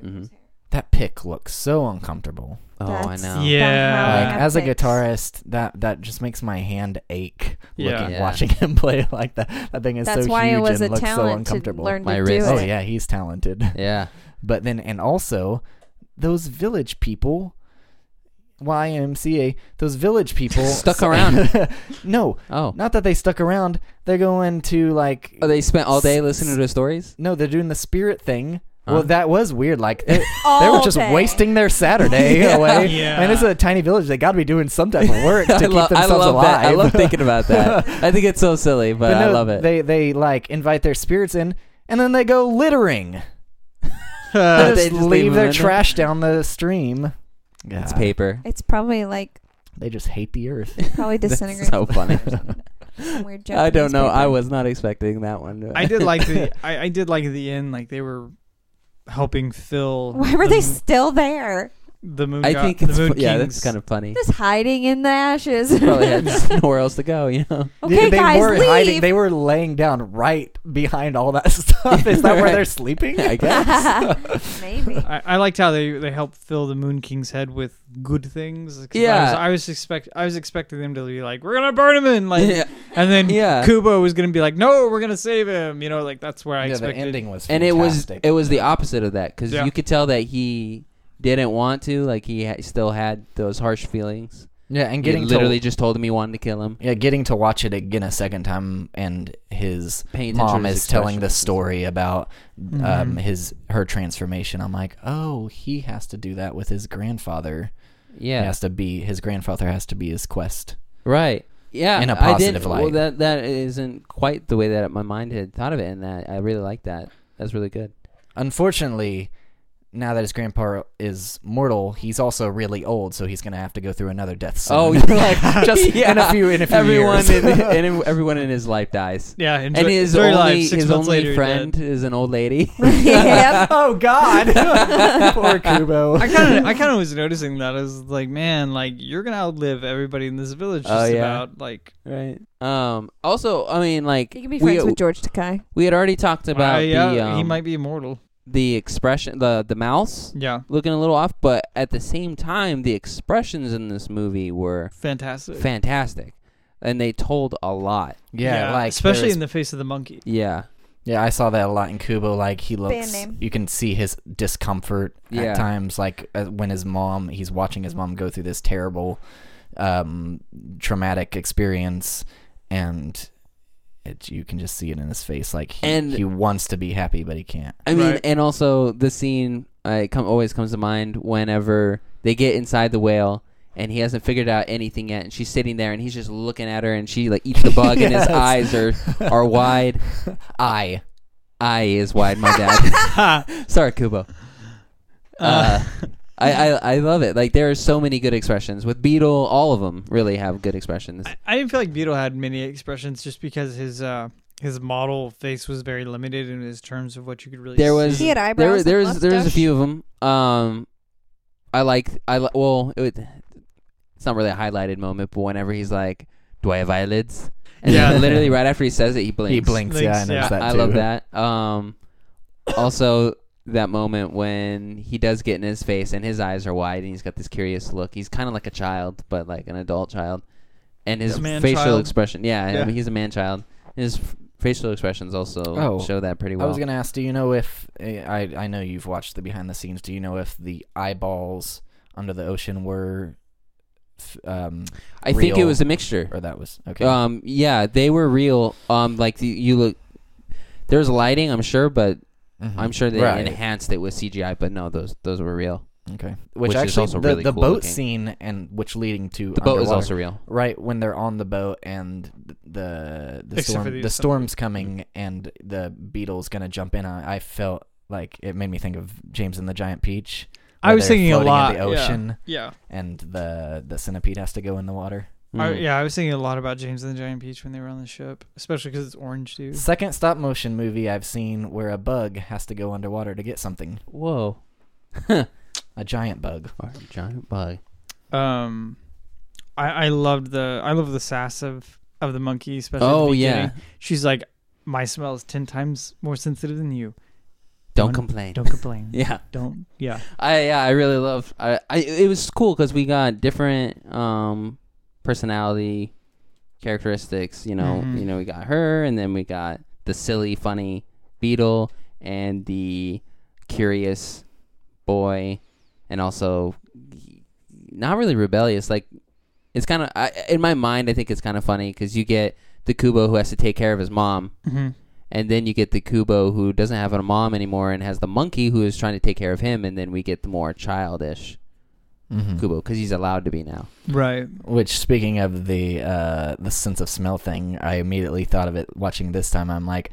S1: Mm-hmm.
S4: Mhm.
S1: that pick looks so uncomfortable.
S4: Oh,
S3: That's-
S4: I know.
S2: Yeah.
S3: Somehow
S1: like
S3: have
S1: as a
S3: picks.
S1: guitarist, that that just makes my hand ache.
S2: Yeah.
S1: Looking,
S4: Yeah.
S1: watching him play like that. That thing is
S3: That's
S1: so
S3: why
S1: huge
S3: it was a
S1: and looks so
S3: talent to
S1: uncomfortable.
S3: learn
S4: My
S3: to do
S4: wrist.
S1: oh
S3: it.
S1: yeah, he's talented.
S4: Yeah.
S1: But then, and also, those village people. YMCA, those village people
S4: Stuck around.
S1: no,
S4: Oh.
S1: not that they stuck around. They're going to like
S4: Oh, they spent all day
S1: S-
S4: listening to the stories?
S1: No, they're doing the spirit thing.
S4: Huh?
S1: Well, that was weird. Like they, they
S3: All
S1: were just
S3: day.
S1: wasting their Saturday away.
S2: Yeah.
S1: And it's a tiny village. They got to be doing some type of work to
S4: I,
S1: keep
S4: lo- I
S1: themselves
S4: love
S1: alive.
S4: that. I love thinking about that. I think it's so silly, but, I
S1: no,
S4: love it.
S1: They they like invite their spirits in, and then they go littering. They,
S4: Uh,
S1: just
S4: they just
S1: leave,
S4: leave them
S1: their
S4: in there?
S1: trash down the stream.
S4: it's
S1: God,
S4: paper.
S3: It's probably like
S1: They just hate the earth.
S3: probably
S4: That's
S3: disintegrates.
S4: so funny.
S3: Some weird
S4: I don't
S3: Japanese
S4: know. I
S3: paper.
S4: was not expecting that one.
S2: I did like the I, I did like at the end like they were helping Phil. Mm-hmm.
S3: Why were they still there?
S2: the moon.
S4: I
S2: god-
S4: think
S2: the
S4: it's
S2: moon
S4: fu- yeah,
S2: kings.
S4: that's kind of funny.
S3: Just hiding in the ashes.
S4: Probably had nowhere else to go, you know.
S3: okay,
S1: they, they
S3: guys,
S1: were
S3: leave.
S1: hiding. They were laying down right behind all that stuff. Is that where
S4: Right.
S1: they're sleeping?
S4: I guess.
S3: Maybe.
S2: I, I liked how they they helped fill the Moon King's head with good things. 'cause I
S4: Yeah.
S2: was, I was expect I was expecting them to be like, we're gonna burn him in, like,
S4: Yeah.
S2: and then
S4: Yeah.
S2: Kubo was gonna be like, no, we're gonna save him. You know, like that's where I
S1: yeah, the
S2: expected.
S1: ending was
S4: and it was
S1: fantastic.
S4: it was the opposite of that because
S2: Yeah.
S4: you could tell that he didn't want to. Like he ha- still had those harsh feelings.
S1: yeah, and
S4: He
S1: getting
S4: literally
S1: to,
S4: just told him he wanted to kill him.
S1: yeah, getting to watch it again a second time, and his
S4: Paying attention
S1: mom
S4: to his
S1: is telling the
S4: expressions.
S1: story about um,
S2: Mhm.
S1: his her transformation. I'm like, oh, he has to do that with his grandfather.
S4: Yeah,
S1: It has to be his grandfather has to be his quest.
S4: right. Yeah,
S1: In a
S4: I
S1: positive
S4: did- Well,
S1: light.
S4: that that isn't quite the way that my mind had thought of it, and that I really like that. That's really good.
S1: Unfortunately, now that his grandpa is mortal, he's also really old, so he's gonna have to go through another death. Soon.
S4: Oh, you're like-
S1: just in a
S4: Yeah.
S1: few in a few
S4: everyone
S1: years.
S4: in, in- everyone in his life dies.
S2: Yeah, in
S4: And
S2: Joy-
S4: his
S2: Joy
S4: only,
S2: Live, six
S4: his
S2: months
S4: only
S2: later,
S4: friend
S2: dead.
S4: is an old lady.
S3: Yep.
S1: oh God, poor Kubo.
S2: I kind of I kind of was noticing that. I was like, man, like you're gonna outlive everybody in this village.
S4: Oh,
S2: Just
S4: yeah.
S2: about like
S4: right. Um. Also, I mean, like
S3: You can be
S4: we
S3: friends with George Takai.
S4: we had already talked about
S2: why, Uh, yeah,
S4: the um,
S2: he might be immortal.
S4: the expression the the mouse
S2: Yeah,
S4: looking a little off, but at the same time, the expressions in this movie were
S2: fantastic.
S4: fantastic, and they told a lot.
S1: Yeah, like
S2: especially
S1: there's-
S2: in the face of the monkey.
S4: Yeah.
S1: Yeah, I saw that a lot in Kubo. Like he looks,
S3: name.
S1: you can see his discomfort
S4: Yeah.
S1: at times. Like uh, when his mom, he's watching his mom go through this terrible, um, traumatic experience, and it, you can just see it in his face. Like he,
S4: And-
S1: he wants to be happy, but he can't.
S4: I mean,
S2: Right.
S4: and also the scene uh, it come always comes to mind whenever they get inside the whale and he hasn't figured out anything yet, and she's sitting there and he's just looking at her, and she like eats the bug, and his
S1: Yes.
S4: eyes are are wide.
S1: I
S4: Eye is wide, my dad. Sorry, Kubo. Uh, I, I I love it. Like there are so many good expressions with Beetle. All of them really have good expressions.
S2: I, I didn't feel like Beetle had many expressions just because his uh his model face was very limited in his terms of what you could really
S4: There
S2: see.
S4: was-
S3: He had
S4: there
S3: eyebrows.
S4: was there was there was a
S3: mustache.
S4: few of them. Um, I like I li- well it would, it's not really a highlighted moment, but whenever he's like, "Do I have eyelids?" And
S2: Yeah.
S4: then literally right after he says it, he blinks.
S1: he blinks.
S2: Blinks,
S1: yeah, I, noticed
S2: yeah.
S1: That
S4: I
S1: too.
S4: love that. Um, also that moment when he does get in his face and his eyes are wide and he's got this curious look. He's kind of like a child, but like an adult child, and his
S2: A man
S4: facial
S2: child.
S4: expression. Yeah, I
S2: Yeah.
S4: mean, he's a man child. His f- facial expressions also
S1: Oh,
S4: show that pretty
S1: I
S4: well.
S1: was gonna ask, do you know if eh, I I know you've watched the behind the scenes? Do you know if the eyeballs under the ocean were, f- um,
S4: I think it
S1: Real.
S4: was a mixture.
S1: or that was okay?
S4: Um, yeah, they were real. Um, like the, you look, there's lighting, I'm sure, but
S1: Mhm.
S4: I'm sure they
S1: Right.
S4: enhanced it with CGI. But no, those those were real.
S1: Okay. Which,
S4: Which is
S1: actually,
S4: also
S1: the,
S4: really
S1: the
S4: cool
S1: boat
S4: looking.
S1: scene and which leading to
S4: The boat is
S1: underwater-
S4: also real.
S1: right when they're on the boat and th- the the
S2: Except for
S1: storm
S2: the
S1: the
S2: assumption.
S1: storm's coming and the beetle's gonna jump in. I, I felt like it made me think of James and the Giant Peach.
S2: I
S1: where
S2: was
S1: they're
S2: thinking a
S1: floating
S2: lot.
S1: in the ocean
S2: Yeah,
S1: and the the centipede has to go in the water.
S2: yeah. I,
S4: Mm.
S2: yeah. I was thinking a lot about James and the Giant Peach when they were on the ship, especially because it's orange too.
S1: Second stop motion movie I've seen where a bug has to go underwater to get something.
S4: Whoa.
S1: A giant bug.
S4: Or a giant bug.
S2: Um, I I loved the I love the sass of of the monkey, especially. at the
S4: Oh yeah.
S2: beginning. she's like, my smell is ten times more sensitive than you.
S4: Don't
S2: Don't-
S4: complain.
S2: Don't complain.
S4: Yeah.
S2: Don't. Yeah.
S4: I yeah I really love. I, I it was cool because we got different um personality characteristics. You know
S2: Mhm.
S4: you know we got her and then we got the silly funny beetle and the curious boy and also not really rebellious like it's kind of in my mind I think it's kind of funny because you get the Kubo who has to take care of his mom
S2: Mm-hmm.
S4: and then you get the Kubo who doesn't have a mom anymore and has the monkey who is trying to take care of him, and then we get the more childish
S1: Mm-hmm.
S4: Kubo because he's allowed to be now.
S2: Right.
S1: Which, speaking of the uh, the sense of smell thing, I immediately thought of it watching this time. I'm like,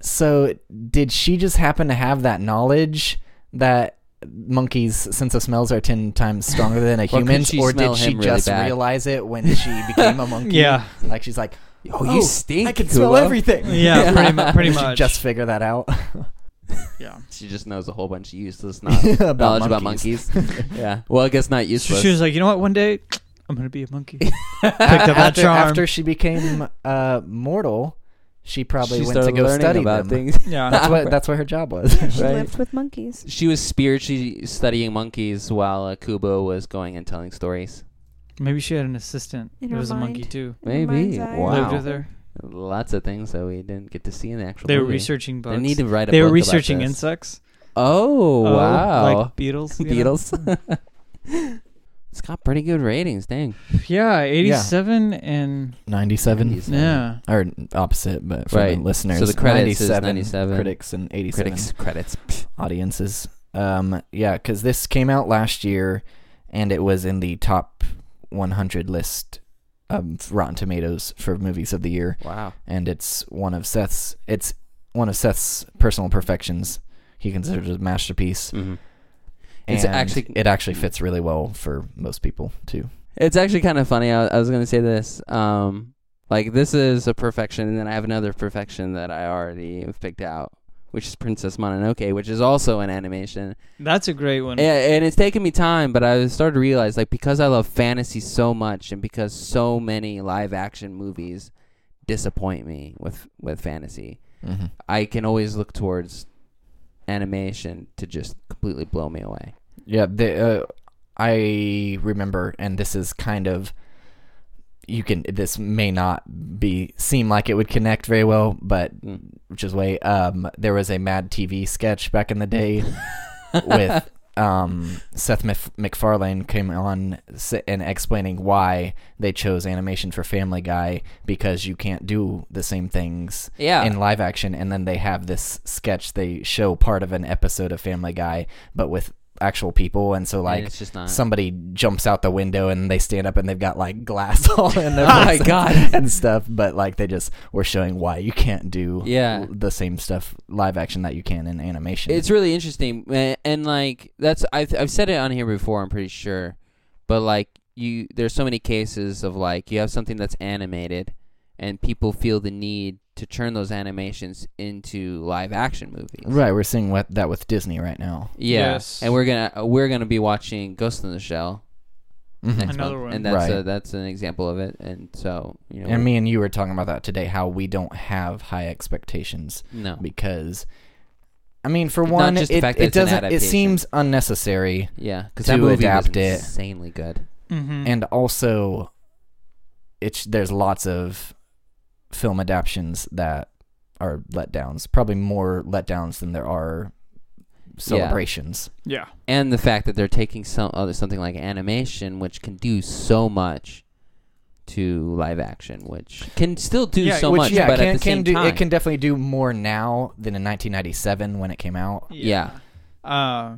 S1: so did she just happen to have that knowledge that monkeys' sense of smells are ten times stronger than a
S4: could
S1: human's,
S4: she
S1: or
S4: smell
S1: did she
S4: him really
S1: just
S4: bad?
S1: realize it when she became a monkey?
S2: Yeah.
S1: like she's like,
S4: Oh,
S1: you
S4: stink!
S1: I can smell everything.
S2: Yeah. Pretty, mu- pretty
S1: Did she
S2: much.
S1: just figure that out.
S2: Yeah.
S4: She just knows a whole bunch of useless not knowledge
S1: About
S4: about
S1: monkeys.
S4: monkeys. yeah. Well, I guess not
S2: So
S4: useless.
S2: she was like, you know what? One day, I'm gonna be a monkey.
S4: Picked
S2: that
S1: after,
S2: charm.
S1: after she became uh, mortal, she probably
S4: she
S1: went to
S4: started
S1: go
S4: learning
S1: study them.
S4: about things.
S2: Yeah.
S1: That's what that's what her job was.
S3: Yeah, she
S4: Right.
S3: lived with monkeys.
S4: She was spiritually studying monkeys while uh, Kubo was going and telling stories.
S2: Maybe she had an assistant.
S3: In
S2: it
S3: her
S2: was a monkey
S3: mind.
S2: too.
S3: in her
S4: Maybe.
S3: mind's eye.
S4: Wow.
S2: Lived with her.
S4: Lots of things that we didn't get to see in the actual.
S2: They were
S4: movie.
S2: researching bugs.
S4: They need to write a
S2: They were
S4: book about
S2: researching
S4: this.
S2: insects.
S4: Oh,
S2: Oh,
S4: wow!
S2: Like beetles. you know? Hmm.
S4: Beatles. it's got pretty good ratings. Dang.
S2: Yeah, 87 and
S1: Ninety-seven,
S2: yeah.
S1: or opposite, but for the
S4: Right.
S1: listeners,
S4: So the credits is
S1: 97,
S4: 97.
S1: critics and eighty-seven
S4: Critics credits.
S1: audiences. Um, yeah, because this came out last year, and it was in the top one hundred list of Rotten Tomatoes for movies of the year.
S4: Wow.
S1: and it's one of Seth's it's one of Seth's personal perfections. He considers it a masterpiece.
S4: hmm
S1: And
S4: It's actually-
S1: it actually fits really well for most people too.
S4: It's actually kind of funny. I, I was going to say this. Um, like this is a perfection, and then I have another perfection that I already have picked out, which is Princess Mononoke, which is also an animation.
S2: That's a great one.
S4: Yeah, and it's taken me time, but I started to realize like because I love fantasy so much, and because so many live action movies disappoint me with with fantasy,
S1: Mm-hmm.
S4: I can always look towards animation to just completely blow me away.
S1: Yeah, the, uh, I remember, and this is kind of you can. This may not be seem like it would connect very well, but
S4: Mm.
S1: which is way. Um, there was a Mad TV sketch back in the day with um, Seth Mif- MacFarlane came on s- and explaining why they chose animation for Family Guy because you can't do the same things
S4: Yeah.
S1: in live action. And then they have this sketch. They show part of an episode of Family Guy, but with actual people. And so
S4: And
S1: like.
S4: it's just not.
S1: Somebody jumps out the window and they stand up and they've got like glass all in their
S4: Oh my
S1: faces
S4: God.
S1: and stuff, but like they just were showing why you can't do
S4: Yeah.
S1: l- the same stuff live action that you can in animation.
S4: It's really interesting, a- and like that's I've I've said it on here before. I'm pretty sure, but like you, there's so many cases of like you have something that's animated, and people feel the need to turn those animations into live action movies.
S1: Right, we're seeing what that with Disney right now.
S4: Yeah.
S2: Yes.
S4: And we're gonna we're gonna be watching Ghost in the Shell
S1: Mm-hmm.
S4: next
S2: Another
S4: month,
S2: one.
S4: and that's
S1: Right.
S4: a, that's an example of it. And so you know,
S1: And me and you were talking about that today, how we don't have high expectations
S4: no,
S1: because, I mean, for
S4: Not
S1: one,
S4: just
S1: it,
S4: the fact that
S1: it
S4: it's an
S1: doesn't. It
S4: adaptation.
S1: seems unnecessary,
S4: yeah, because
S1: to
S4: that movie
S1: adapt
S4: was
S1: it.
S4: insanely good.
S2: hmm
S1: and also, it's there's lots of film adaptions that are letdowns. Probably more letdowns than there are celebrations.
S2: yeah.
S4: and the fact that they're taking some other something like animation, which can do so much to live action, which can still do
S2: Yeah,
S4: so
S1: Which
S4: much,
S1: yeah,
S4: but
S1: can,
S4: at the
S1: can
S4: same
S1: do
S4: time,
S1: it can definitely do more now than in 1997 when it came out.
S4: Yeah.
S2: Uh,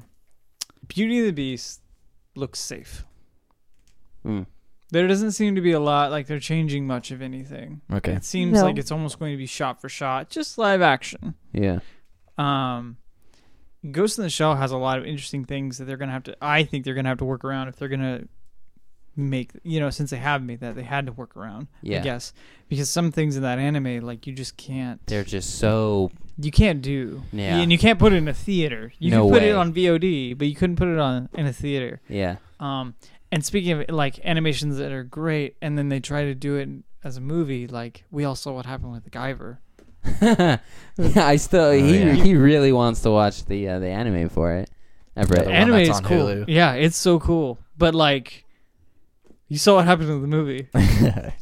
S2: Beauty and the Beast looks safe.
S4: Mm.
S2: There doesn't seem to be a lot like they're changing much of anything.
S1: Okay,
S2: It seems
S3: No.
S2: like it's almost going to be shot for shot, just live action.
S4: yeah,
S2: Um, Ghost in the Shell has a lot of interesting things that they're gonna have to. I think they're gonna have to work around if they're gonna make you know since they have made that they had to work around. I
S4: yeah.
S2: guess because some things in that anime like you just can't.
S4: They're just so
S2: you can't do.
S4: Yeah.
S2: And you can't put it in a theater. You
S4: No
S2: can put
S4: way.
S2: it on VOD, but you couldn't put it on in a theater.
S4: yeah,
S2: Um, and speaking of like animations that are great, and then they try to do it as a movie, like we all saw what happened with Guyver.
S4: yeah. I still
S1: Oh,
S4: he
S1: yeah.
S4: he really wants to watch the uh, the anime for it. I've read
S1: The
S4: it.
S1: one Yeah.
S2: anime
S1: that's
S2: is
S1: on
S2: cool.
S1: Hulu.
S2: Yeah, it's so cool. But like, you saw what happened in the movie.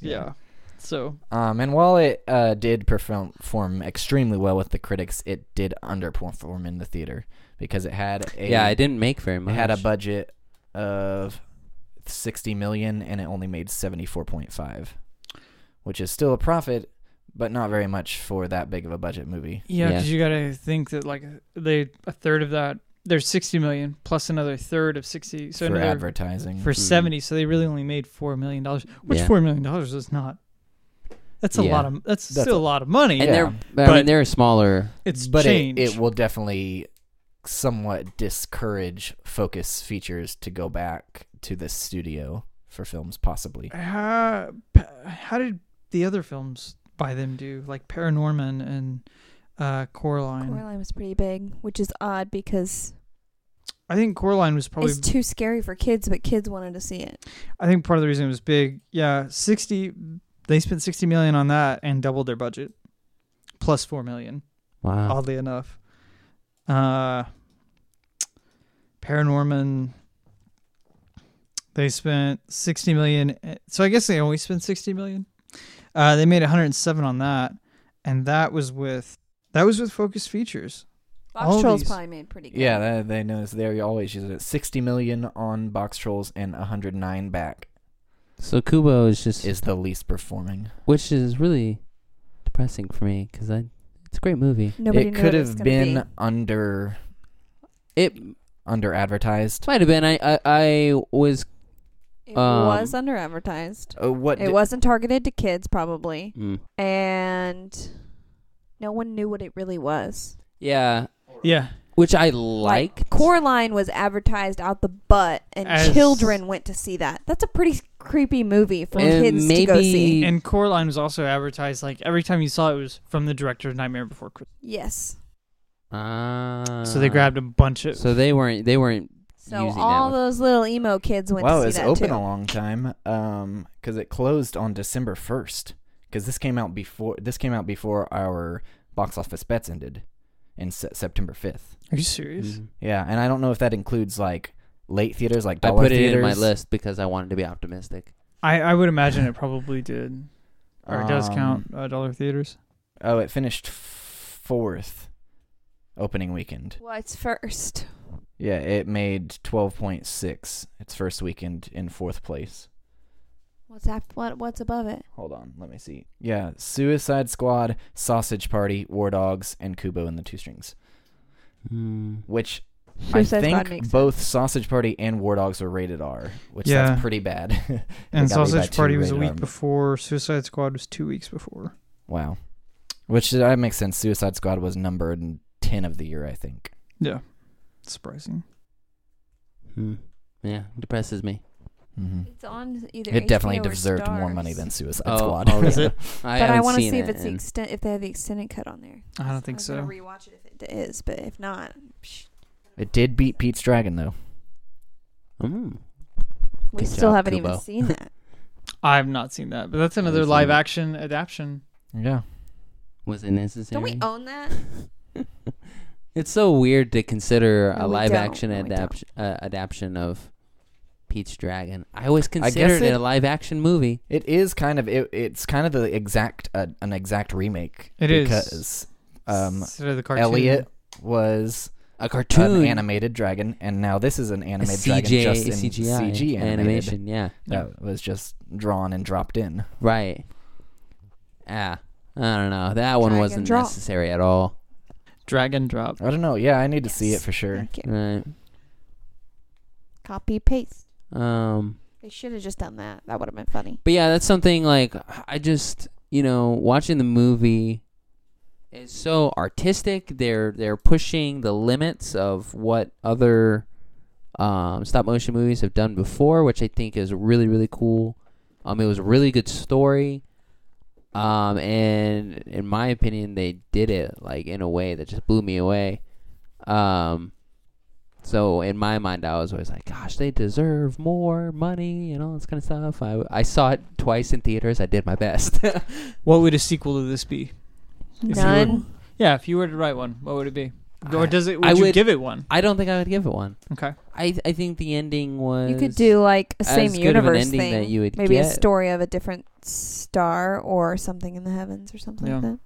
S2: Yeah. So
S1: Um, and while it uh, did perform perform extremely well with the critics, it did underperform in the theater because it had a
S4: Yeah, I didn't make very
S1: it
S4: much.
S1: had a budget of sixty million and it only made seventy four point five, which is still a profit, but not very much for that big of a budget movie.
S2: yeah,
S4: Yeah.
S2: because you gotta think that like they a third of that there's 60 million plus another third of 60 so
S1: for
S2: another
S1: advertising,
S2: for
S4: Mhm.
S2: 70 so they really only made 4 million dollars which
S4: Yeah.
S2: 4 million dollars is not that's a
S4: Yeah.
S2: lot of that's,
S1: That's
S2: still
S1: a-
S2: a lot of money
S4: and
S1: Yeah.
S4: they're I
S2: But-
S4: mean they're smaller.
S2: it's
S1: but it,
S2: change
S1: it will definitely somewhat discourage focus features to go back to the studio for films, possibly.
S2: how, how did the other films by them do like paranorman and uh, Coraline.
S3: Coraline was pretty big, which is odd because
S2: I think Coraline was probably.
S3: it's too scary for kids, but kids wanted to see it.
S2: I think part of the reason it was big. Yeah, sixty. They spent sixty million on that and doubled their budget, plus four million.
S4: Wow.
S2: Oddly enough, uh, Paranorman. They spent sixty million. eh, So I guess they only spent sixty million. Uh, they made one hundred and seven on that, and that was with that was with Focus Features.
S3: Box
S2: All
S3: Trolls
S2: these-
S3: probably made pretty good.
S1: Yeah, that, they know it's there. You always use it. 60 million on Box Trolls and 109 back
S4: So Kubo is just,
S1: is the least performing.
S4: which is really depressing for me because I, it's a great movie.
S3: Nobody
S1: it
S3: knew
S1: could
S3: what it was
S1: have
S3: gonna
S1: been
S3: be.
S1: under
S4: It
S1: under advertised.
S4: might have been. I, I, I was.
S3: It
S4: um,
S3: was under advertised.
S1: Uh, what
S3: It
S1: di-
S3: wasn't targeted to kids, probably,
S4: Mm.
S3: and no one knew what it really was.
S4: Yeah,
S2: Yeah,
S4: which I liked.
S3: Coraline was advertised out the butt, and
S2: As-
S3: children went to see that. That's a pretty creepy movie for
S4: And
S3: kids to go
S4: maybe-
S3: see.
S2: and Coraline was also advertised like every time you saw it, it was from the director of Nightmare Before Christmas.
S3: Yes.
S4: Ah.
S2: So they grabbed a bunch of.
S4: So they weren't. They weren't.
S3: So
S4: Using that
S3: all
S4: one.
S3: those little emo kids went
S1: wow,
S3: to
S1: it
S3: see
S1: was
S3: that
S1: open
S3: too.
S1: a long time um cuz it closed on December 1st cuz this came out before this came out before our box office bets ended in se- September 5th.
S2: Are you serious?
S4: Mm.
S1: Yeah, and I don't know if that includes like late theaters like
S4: I
S1: dollar
S4: put it in my
S1: theaters.
S4: list because I wanted to be optimistic.
S2: I, I would imagine it probably did. Or it does
S1: Um,
S2: count uh, dollar theaters.
S1: Oh, it finished f- 4th opening weekend.
S3: What's first?
S1: Yeah, it made 12.6 its first weekend in fourth place.
S3: What's that? What? What's above it?
S1: Hold on, let me see. Yeah, Suicide Squad, Sausage Party, War Dogs, and Kubo and the Two Strings,
S3: Hmm.
S1: which I think both Sausage Party and War Dogs were rated R, which
S2: Yeah.
S1: that's pretty bad.
S2: And
S1: They got me by
S2: Sausage
S1: two um,
S2: Party was a
S1: rated
S2: week
S1: R.
S2: before. Suicide Squad was two weeks before.
S1: wow. Which uh, that makes sense. Suicide Squad was number 10 of the year, I think.
S2: Yeah. Surprising.
S4: Hmm. Yeah, depresses me.
S1: Mm-hmm.
S3: It's on either.
S1: It definitely
S3: HBO or
S1: deserved more
S3: Starz.
S1: money than Suicide
S4: Oh,
S1: Squad.
S4: oh, Is
S2: it?
S4: I
S3: But I
S4: haven't
S3: want to
S4: seen
S3: see if
S4: it
S3: it's the
S4: in-
S3: extent if they have the extended cut on there.
S2: I don't think
S3: was gonna
S2: so.
S3: Rewatch it if it is, but if not, psh,
S1: it did beat Pete's Dragon, though.
S4: Mm.
S3: we
S4: Good
S3: still
S4: job,
S3: haven't
S4: Kubo.
S3: even seen that.
S2: I have not seen that. But that's
S4: I haven't
S2: another
S4: seen
S2: live
S4: it.
S2: action adaptation.
S1: Yeah.
S4: Was it necessary?
S3: Don't we own that?
S4: it's so weird to consider
S3: No,
S4: a
S3: we
S4: live
S3: don't.
S4: action
S3: No, we don't.
S4: adaptation uh, adaption of Peach Dragon. I always
S1: guess
S4: considered it
S1: it-
S4: a live action movie.
S1: It is kind of it, it's kind of the exact uh, an exact remake.
S2: It is.
S1: because um,
S2: Instead of the cartoon.
S1: Elliot was
S4: A
S1: an
S4: cartoon,
S1: animated dragon, and now this is an
S4: a
S1: animated dragon
S4: CJ,
S1: just in
S4: CGI
S1: CG animated,
S4: animation. Yeah,
S1: that was just drawn and dropped in.
S4: right. Ah, I don't know. That one
S3: Drag
S4: wasn't
S3: and drop.
S4: necessary at all.
S2: Dragon Drop.
S1: I don't know. Yeah, I need to see it
S3: Yes.
S1: for sure.
S3: Thank you.
S4: Right.
S3: Copy paste.
S4: Um.
S3: They should have just done that. That would have been funny.
S4: But yeah, that's something like I just you know watching the movie is so artistic. They're they're pushing the limits of what other um, stop motion movies have done before, which I think is really really cool. Um, it was a really good story. Um, and in my opinion, they did it like in a way that just blew me away. Um, so in my mind, I was always like, "Gosh, they deserve more money and all this kind of stuff." I, I saw it twice in theaters. I did my best.
S2: What would a sequel to this be? If you were-
S3: None.
S2: Yeah, if you were to write one, what would it be? Or
S4: I-
S2: does it? Would
S4: I
S2: you
S4: would-
S2: give it one?
S4: I don't think I would give it one.
S2: Okay.
S4: I I think the ending was
S3: You could do like a
S4: as
S3: same
S4: good of an
S3: universe
S4: ending
S3: thing.
S4: that you would
S3: Maybe a
S4: get.
S3: story of a different star or something in the heavens or something like
S2: Yeah.
S3: that.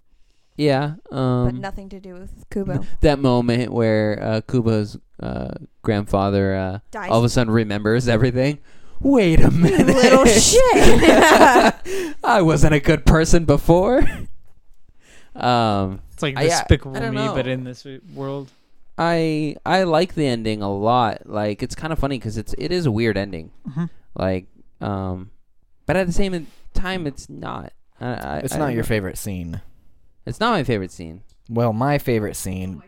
S4: yeah um
S3: but nothing to do with Kubo.
S4: that moment where uh, Kubo's uh, grandfather uh,
S3: Dice.
S4: all of a sudden remembers everything. Wait a minute,
S3: little shit.
S4: I wasn't a good person before. um,
S2: It's like
S1: uh,
S4: I- I-
S2: Despicable
S4: I don't
S2: Me, but
S4: know.
S2: in this world.
S4: I I like the ending a lot. Like it's kind of funny because it's it is a weird ending.
S2: Mhm.
S4: Like, um, but at the same time, it's not. I, I,
S1: It's
S4: I
S1: not
S4: don't
S1: your
S4: know.
S1: favorite scene.
S4: It's not my favorite scene.
S1: Well, my favorite scene.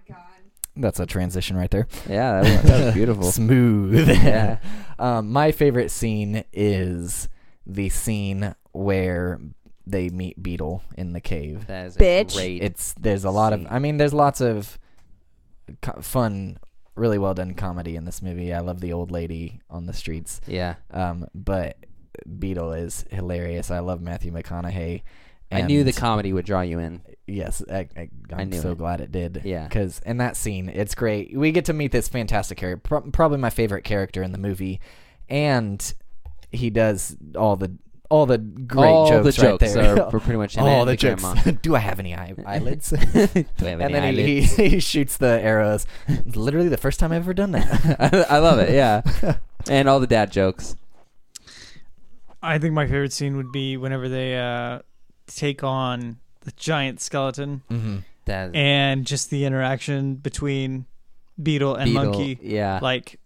S1: That's a transition right there.
S4: Yeah, that was, that was beautiful.
S1: Smooth.
S4: yeah.
S1: Um, my favorite scene is the scene where they meet Beetle in the cave.
S4: That is a
S3: Bitch.
S4: great.
S1: It's there's a lot of
S4: Scene.
S1: I mean there's lots of co- fun, really well done comedy in this movie. I love the old lady on the streets,
S4: yeah.
S1: um, but Beetle is hilarious. I love Matthew McConaughey.
S4: I knew the
S1: and-
S4: comedy would draw you in.
S1: Yes, I, I,
S4: I
S1: I'm
S4: knew
S1: so
S4: it.
S1: glad it did.
S4: Yeah.
S1: because in that scene, it's great. We get to meet this fantastic character, pro- probably my favorite character in the movie, and he does all the all the great
S4: All
S1: jokes,
S4: the jokes
S1: right there.
S4: are were pretty much him
S1: all
S4: and
S1: the,
S4: grandma.
S1: jokes. Do I have any eye- eyelids?
S4: Do I have any
S1: and then
S4: eyelids?
S1: he, he, he shoots the arrows. Literally the first time I've ever done that.
S4: I, I love it. Yeah, and all the dad jokes.
S2: I think my favorite scene would be whenever they uh, take on the giant skeleton
S4: Mm-hmm.
S1: hmm
S4: That is
S2: and just the interaction between Beetle and
S4: Beetle,
S2: Monkey.
S4: Yeah.
S2: Like,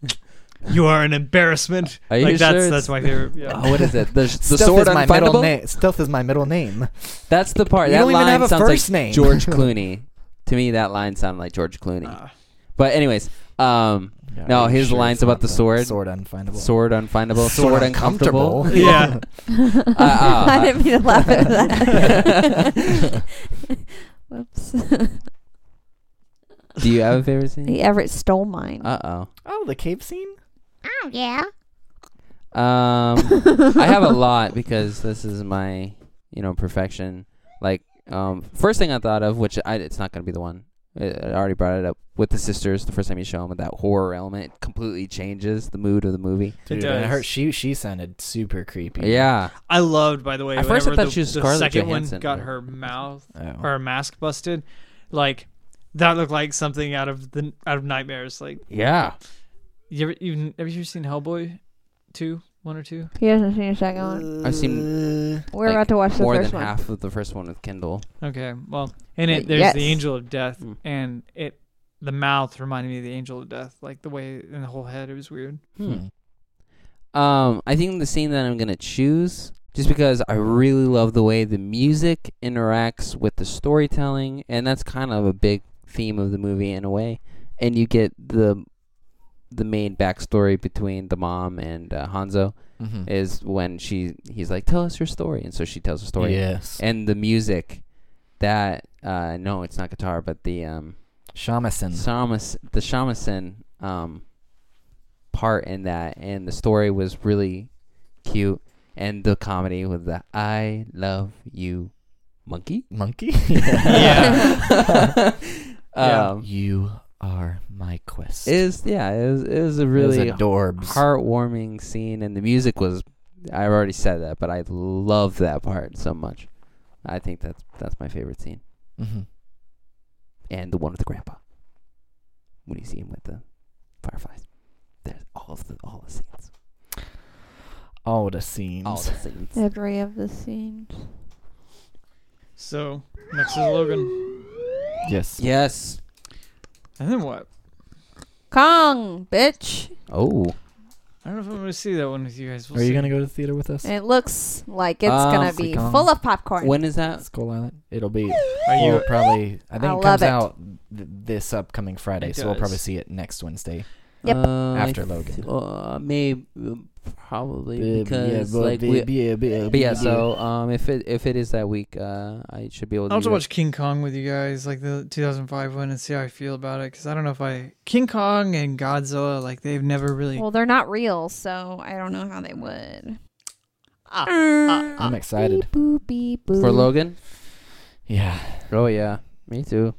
S2: you are an embarrassment.
S4: Uh, Are
S2: like
S4: you
S2: that's
S4: sure
S2: that's
S4: it's-
S2: my favorite. Yeah.
S4: oh, what is it? The, the
S1: Stealth
S4: sword
S1: is my middle
S4: unfindable.
S1: name. Stealth is my middle name.
S4: That's the part.
S1: You
S4: that
S1: don't even
S4: line
S1: have a
S4: sounds
S1: first
S4: like
S1: name.
S4: George Clooney. to me, that line sounded like George Clooney.
S2: Uh,
S4: but anyways, um, No,
S1: I'm
S4: his
S1: it's
S4: lines about
S1: not
S4: the sword-
S1: Sword unfindable.
S4: sword unfindable, sword, uncomfortable.
S2: yeah.
S4: uh,
S3: I didn't mean to laugh at that. Whoops.
S4: Do you have a favorite scene?
S3: Everett stole mine.
S4: Uh oh.
S1: Oh, the cave scene.
S3: oh yeah.
S4: Um, I have a lot because this is my, you know, perfection. Like, um, first thing I thought of, which I, it's not gonna be the one. I I already brought it up with the sisters. The first time you show them that horror element, it completely changes the mood of the movie.
S1: Dude,
S2: does.
S1: and her she she sounded super creepy.
S4: Yeah,
S2: I loved, by the way,
S4: At first I
S2: whenever
S4: thought
S2: the,
S4: she was
S2: the
S4: Scarlett
S2: second
S4: Johansson.
S2: one got her mouth
S1: Oh.
S2: or her mask busted. Like that looked like something out of the out of nightmares. Like
S4: yeah.
S2: you ever even have you ever seen Hellboy, two one or two?
S3: He hasn't seen the second one.
S4: I've seen
S3: We're
S4: like,
S3: about to watch the
S4: more
S3: first
S4: than
S3: one.
S4: half of the first one with Kindle.
S2: Okay, well, in it
S3: Uh,
S2: there's the
S3: yes.
S2: angel of death,
S4: Mm.
S2: and it the mouth reminded me of the angel of death, like the way and the whole head. It was weird.
S1: Hmm.
S4: Um, I think the scene that I'm gonna choose, just because I really love the way the music interacts with the storytelling, and that's kind of a big theme of the movie in a way. And you get the the main backstory between the mom and uh, Hanzo
S1: Mhm.
S4: is when she he's like, "Tell us your story," and so she tells her story.
S1: Yes.
S4: And the music that uh, no, it's not guitar, but the um,
S1: Shamisen.
S4: Shamus, the shamisen um, part in that, and the story was really cute, and the comedy with the "I love you, monkey."
S1: Monkey.
S2: Yeah. Yeah.
S4: um,
S1: you are my quest.
S4: is yeah, it was, it was a
S1: It was
S4: really
S1: adorbs.
S4: heartwarming scene, and the music was. I already said that, but I love that part so much. I think that's that's my favorite scene,
S1: Mhm.
S4: and the one with the grandpa when you see him with the fireflies. There's all of the all the scenes.
S1: All the scenes.
S4: scenes.
S3: Every of the scenes.
S2: So next is Logan,
S1: Yes.
S4: Yes.
S2: and then what?
S3: Kong, bitch.
S4: Oh.
S2: I don't know if I'm gonna see that one with you guys. We'll
S1: Are you
S2: see.
S1: gonna go to the theater with us?
S3: And it looks like it's
S4: Um,
S3: gonna
S4: it's
S3: be
S1: Kong.
S3: full of popcorn.
S4: When is that?
S1: Skull Island. It'll be.
S2: Are you-
S1: we'll probably. I think
S3: I
S1: it
S3: love
S1: comes
S3: it.
S1: out th- this upcoming Friday,
S2: It
S1: so we'll
S2: does.
S1: probably see it next Wednesday.
S3: Yep.
S4: Uh,
S1: After
S4: I
S1: Logan.
S4: th- Uh, maybe, probably
S1: Uh,
S4: because
S1: but-
S4: like we,
S1: yeah, but-
S4: but yeah. So um, if it if it is that week, uh, I should be able to.
S2: I'll have to
S4: do it.
S2: watch King Kong with you guys, like the 2005 one, and see how I feel about it. Because I don't know if I King Kong and Godzilla, like they've never really.
S3: Well, they're not real, so I don't know how they would. ah,
S2: Uh,
S1: I'm excited.
S3: Beep, boop, beep, boop.
S4: for Logan.
S1: Yeah,
S4: Oh yeah, me too.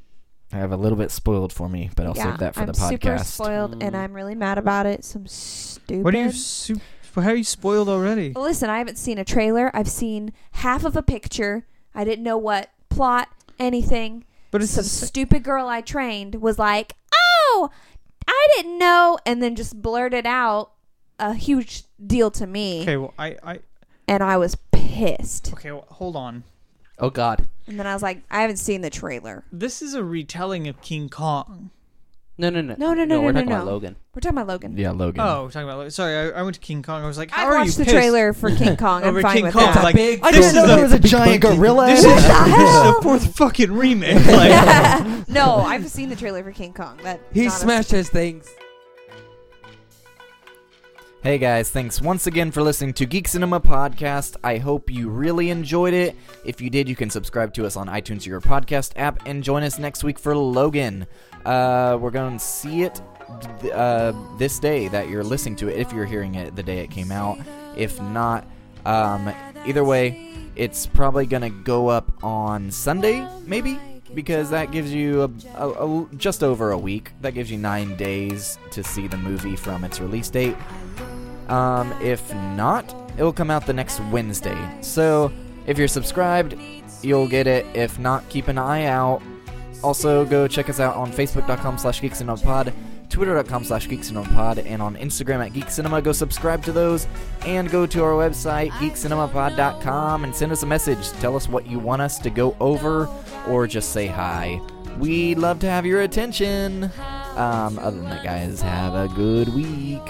S1: I have a little bit spoiled for me, but I'll
S3: Yeah,
S1: save that for
S3: I'm
S1: the
S3: super
S1: podcast.
S3: spoiled, and
S4: Mm.
S3: I'm really mad about it. Some stupid.
S2: What are you? Su- how are you spoiled already?
S3: Well, Listen, I haven't seen a trailer. I've seen half of a picture. I didn't know what plot, anything.
S2: But it's
S3: Some
S2: the sa-
S3: stupid girl I trained was like, "Oh, I didn't know," and then just blurted out a huge deal to me,
S2: okay. Well, I, I
S3: and I was pissed.
S2: okay. Well, hold on.
S4: Oh God.
S3: And then I was like, "I haven't seen the trailer."
S2: This is a retelling of King Kong.
S4: No no no
S3: No, no, no, no,
S4: we're
S3: no,
S4: talking about
S3: no.
S4: Logan.
S3: We're talking about Logan.
S1: Yeah, Logan.
S2: Oh, we're talking about. Logan. Sorry, I, I went to King Kong. I was like, how
S3: I
S2: are
S3: watched
S2: you
S3: the
S2: pissed
S3: trailer for King Kong. I'm
S2: over
S3: fine
S2: King
S3: with
S2: Kong?
S3: that.
S2: Like,
S4: big
S2: this is the
S1: a giant gorilla.
S2: this
S3: What
S2: is,
S3: the
S2: this is the
S3: hell?
S2: fourth fucking remake. Like,
S3: no, I've seen the trailer for King Kong. That
S4: he
S3: not a-
S4: smashed his things.
S1: Hey guys, thanks once again for listening to Geek Cinema Podcast. I hope you really enjoyed it. If you did, you can subscribe to us on iTunes or your podcast app and join us next week for Logan. Uh, we're going to see it th- uh, this day that you're listening to it, if you're hearing it the day it came out. If not, um, either way, it's probably going to go up on Sunday, maybe? Because that gives you a, a- a- just over a week. That gives you nine days to see the movie from its release date. Um, if not, it will come out the next Wednesday. So if you're subscribed, you'll get it. If not, keep an eye out. Also, go check us out on facebook.com slash geekcinemapod, twitter.com slash geekcinemapod, and on Instagram at geekcinema. Go subscribe to those, and go to our website, geekcinemapod.com, and send us a message. Tell us what you want us to go over, or just say hi. We'd love to have your attention. Um, other than that, guys, have a good week.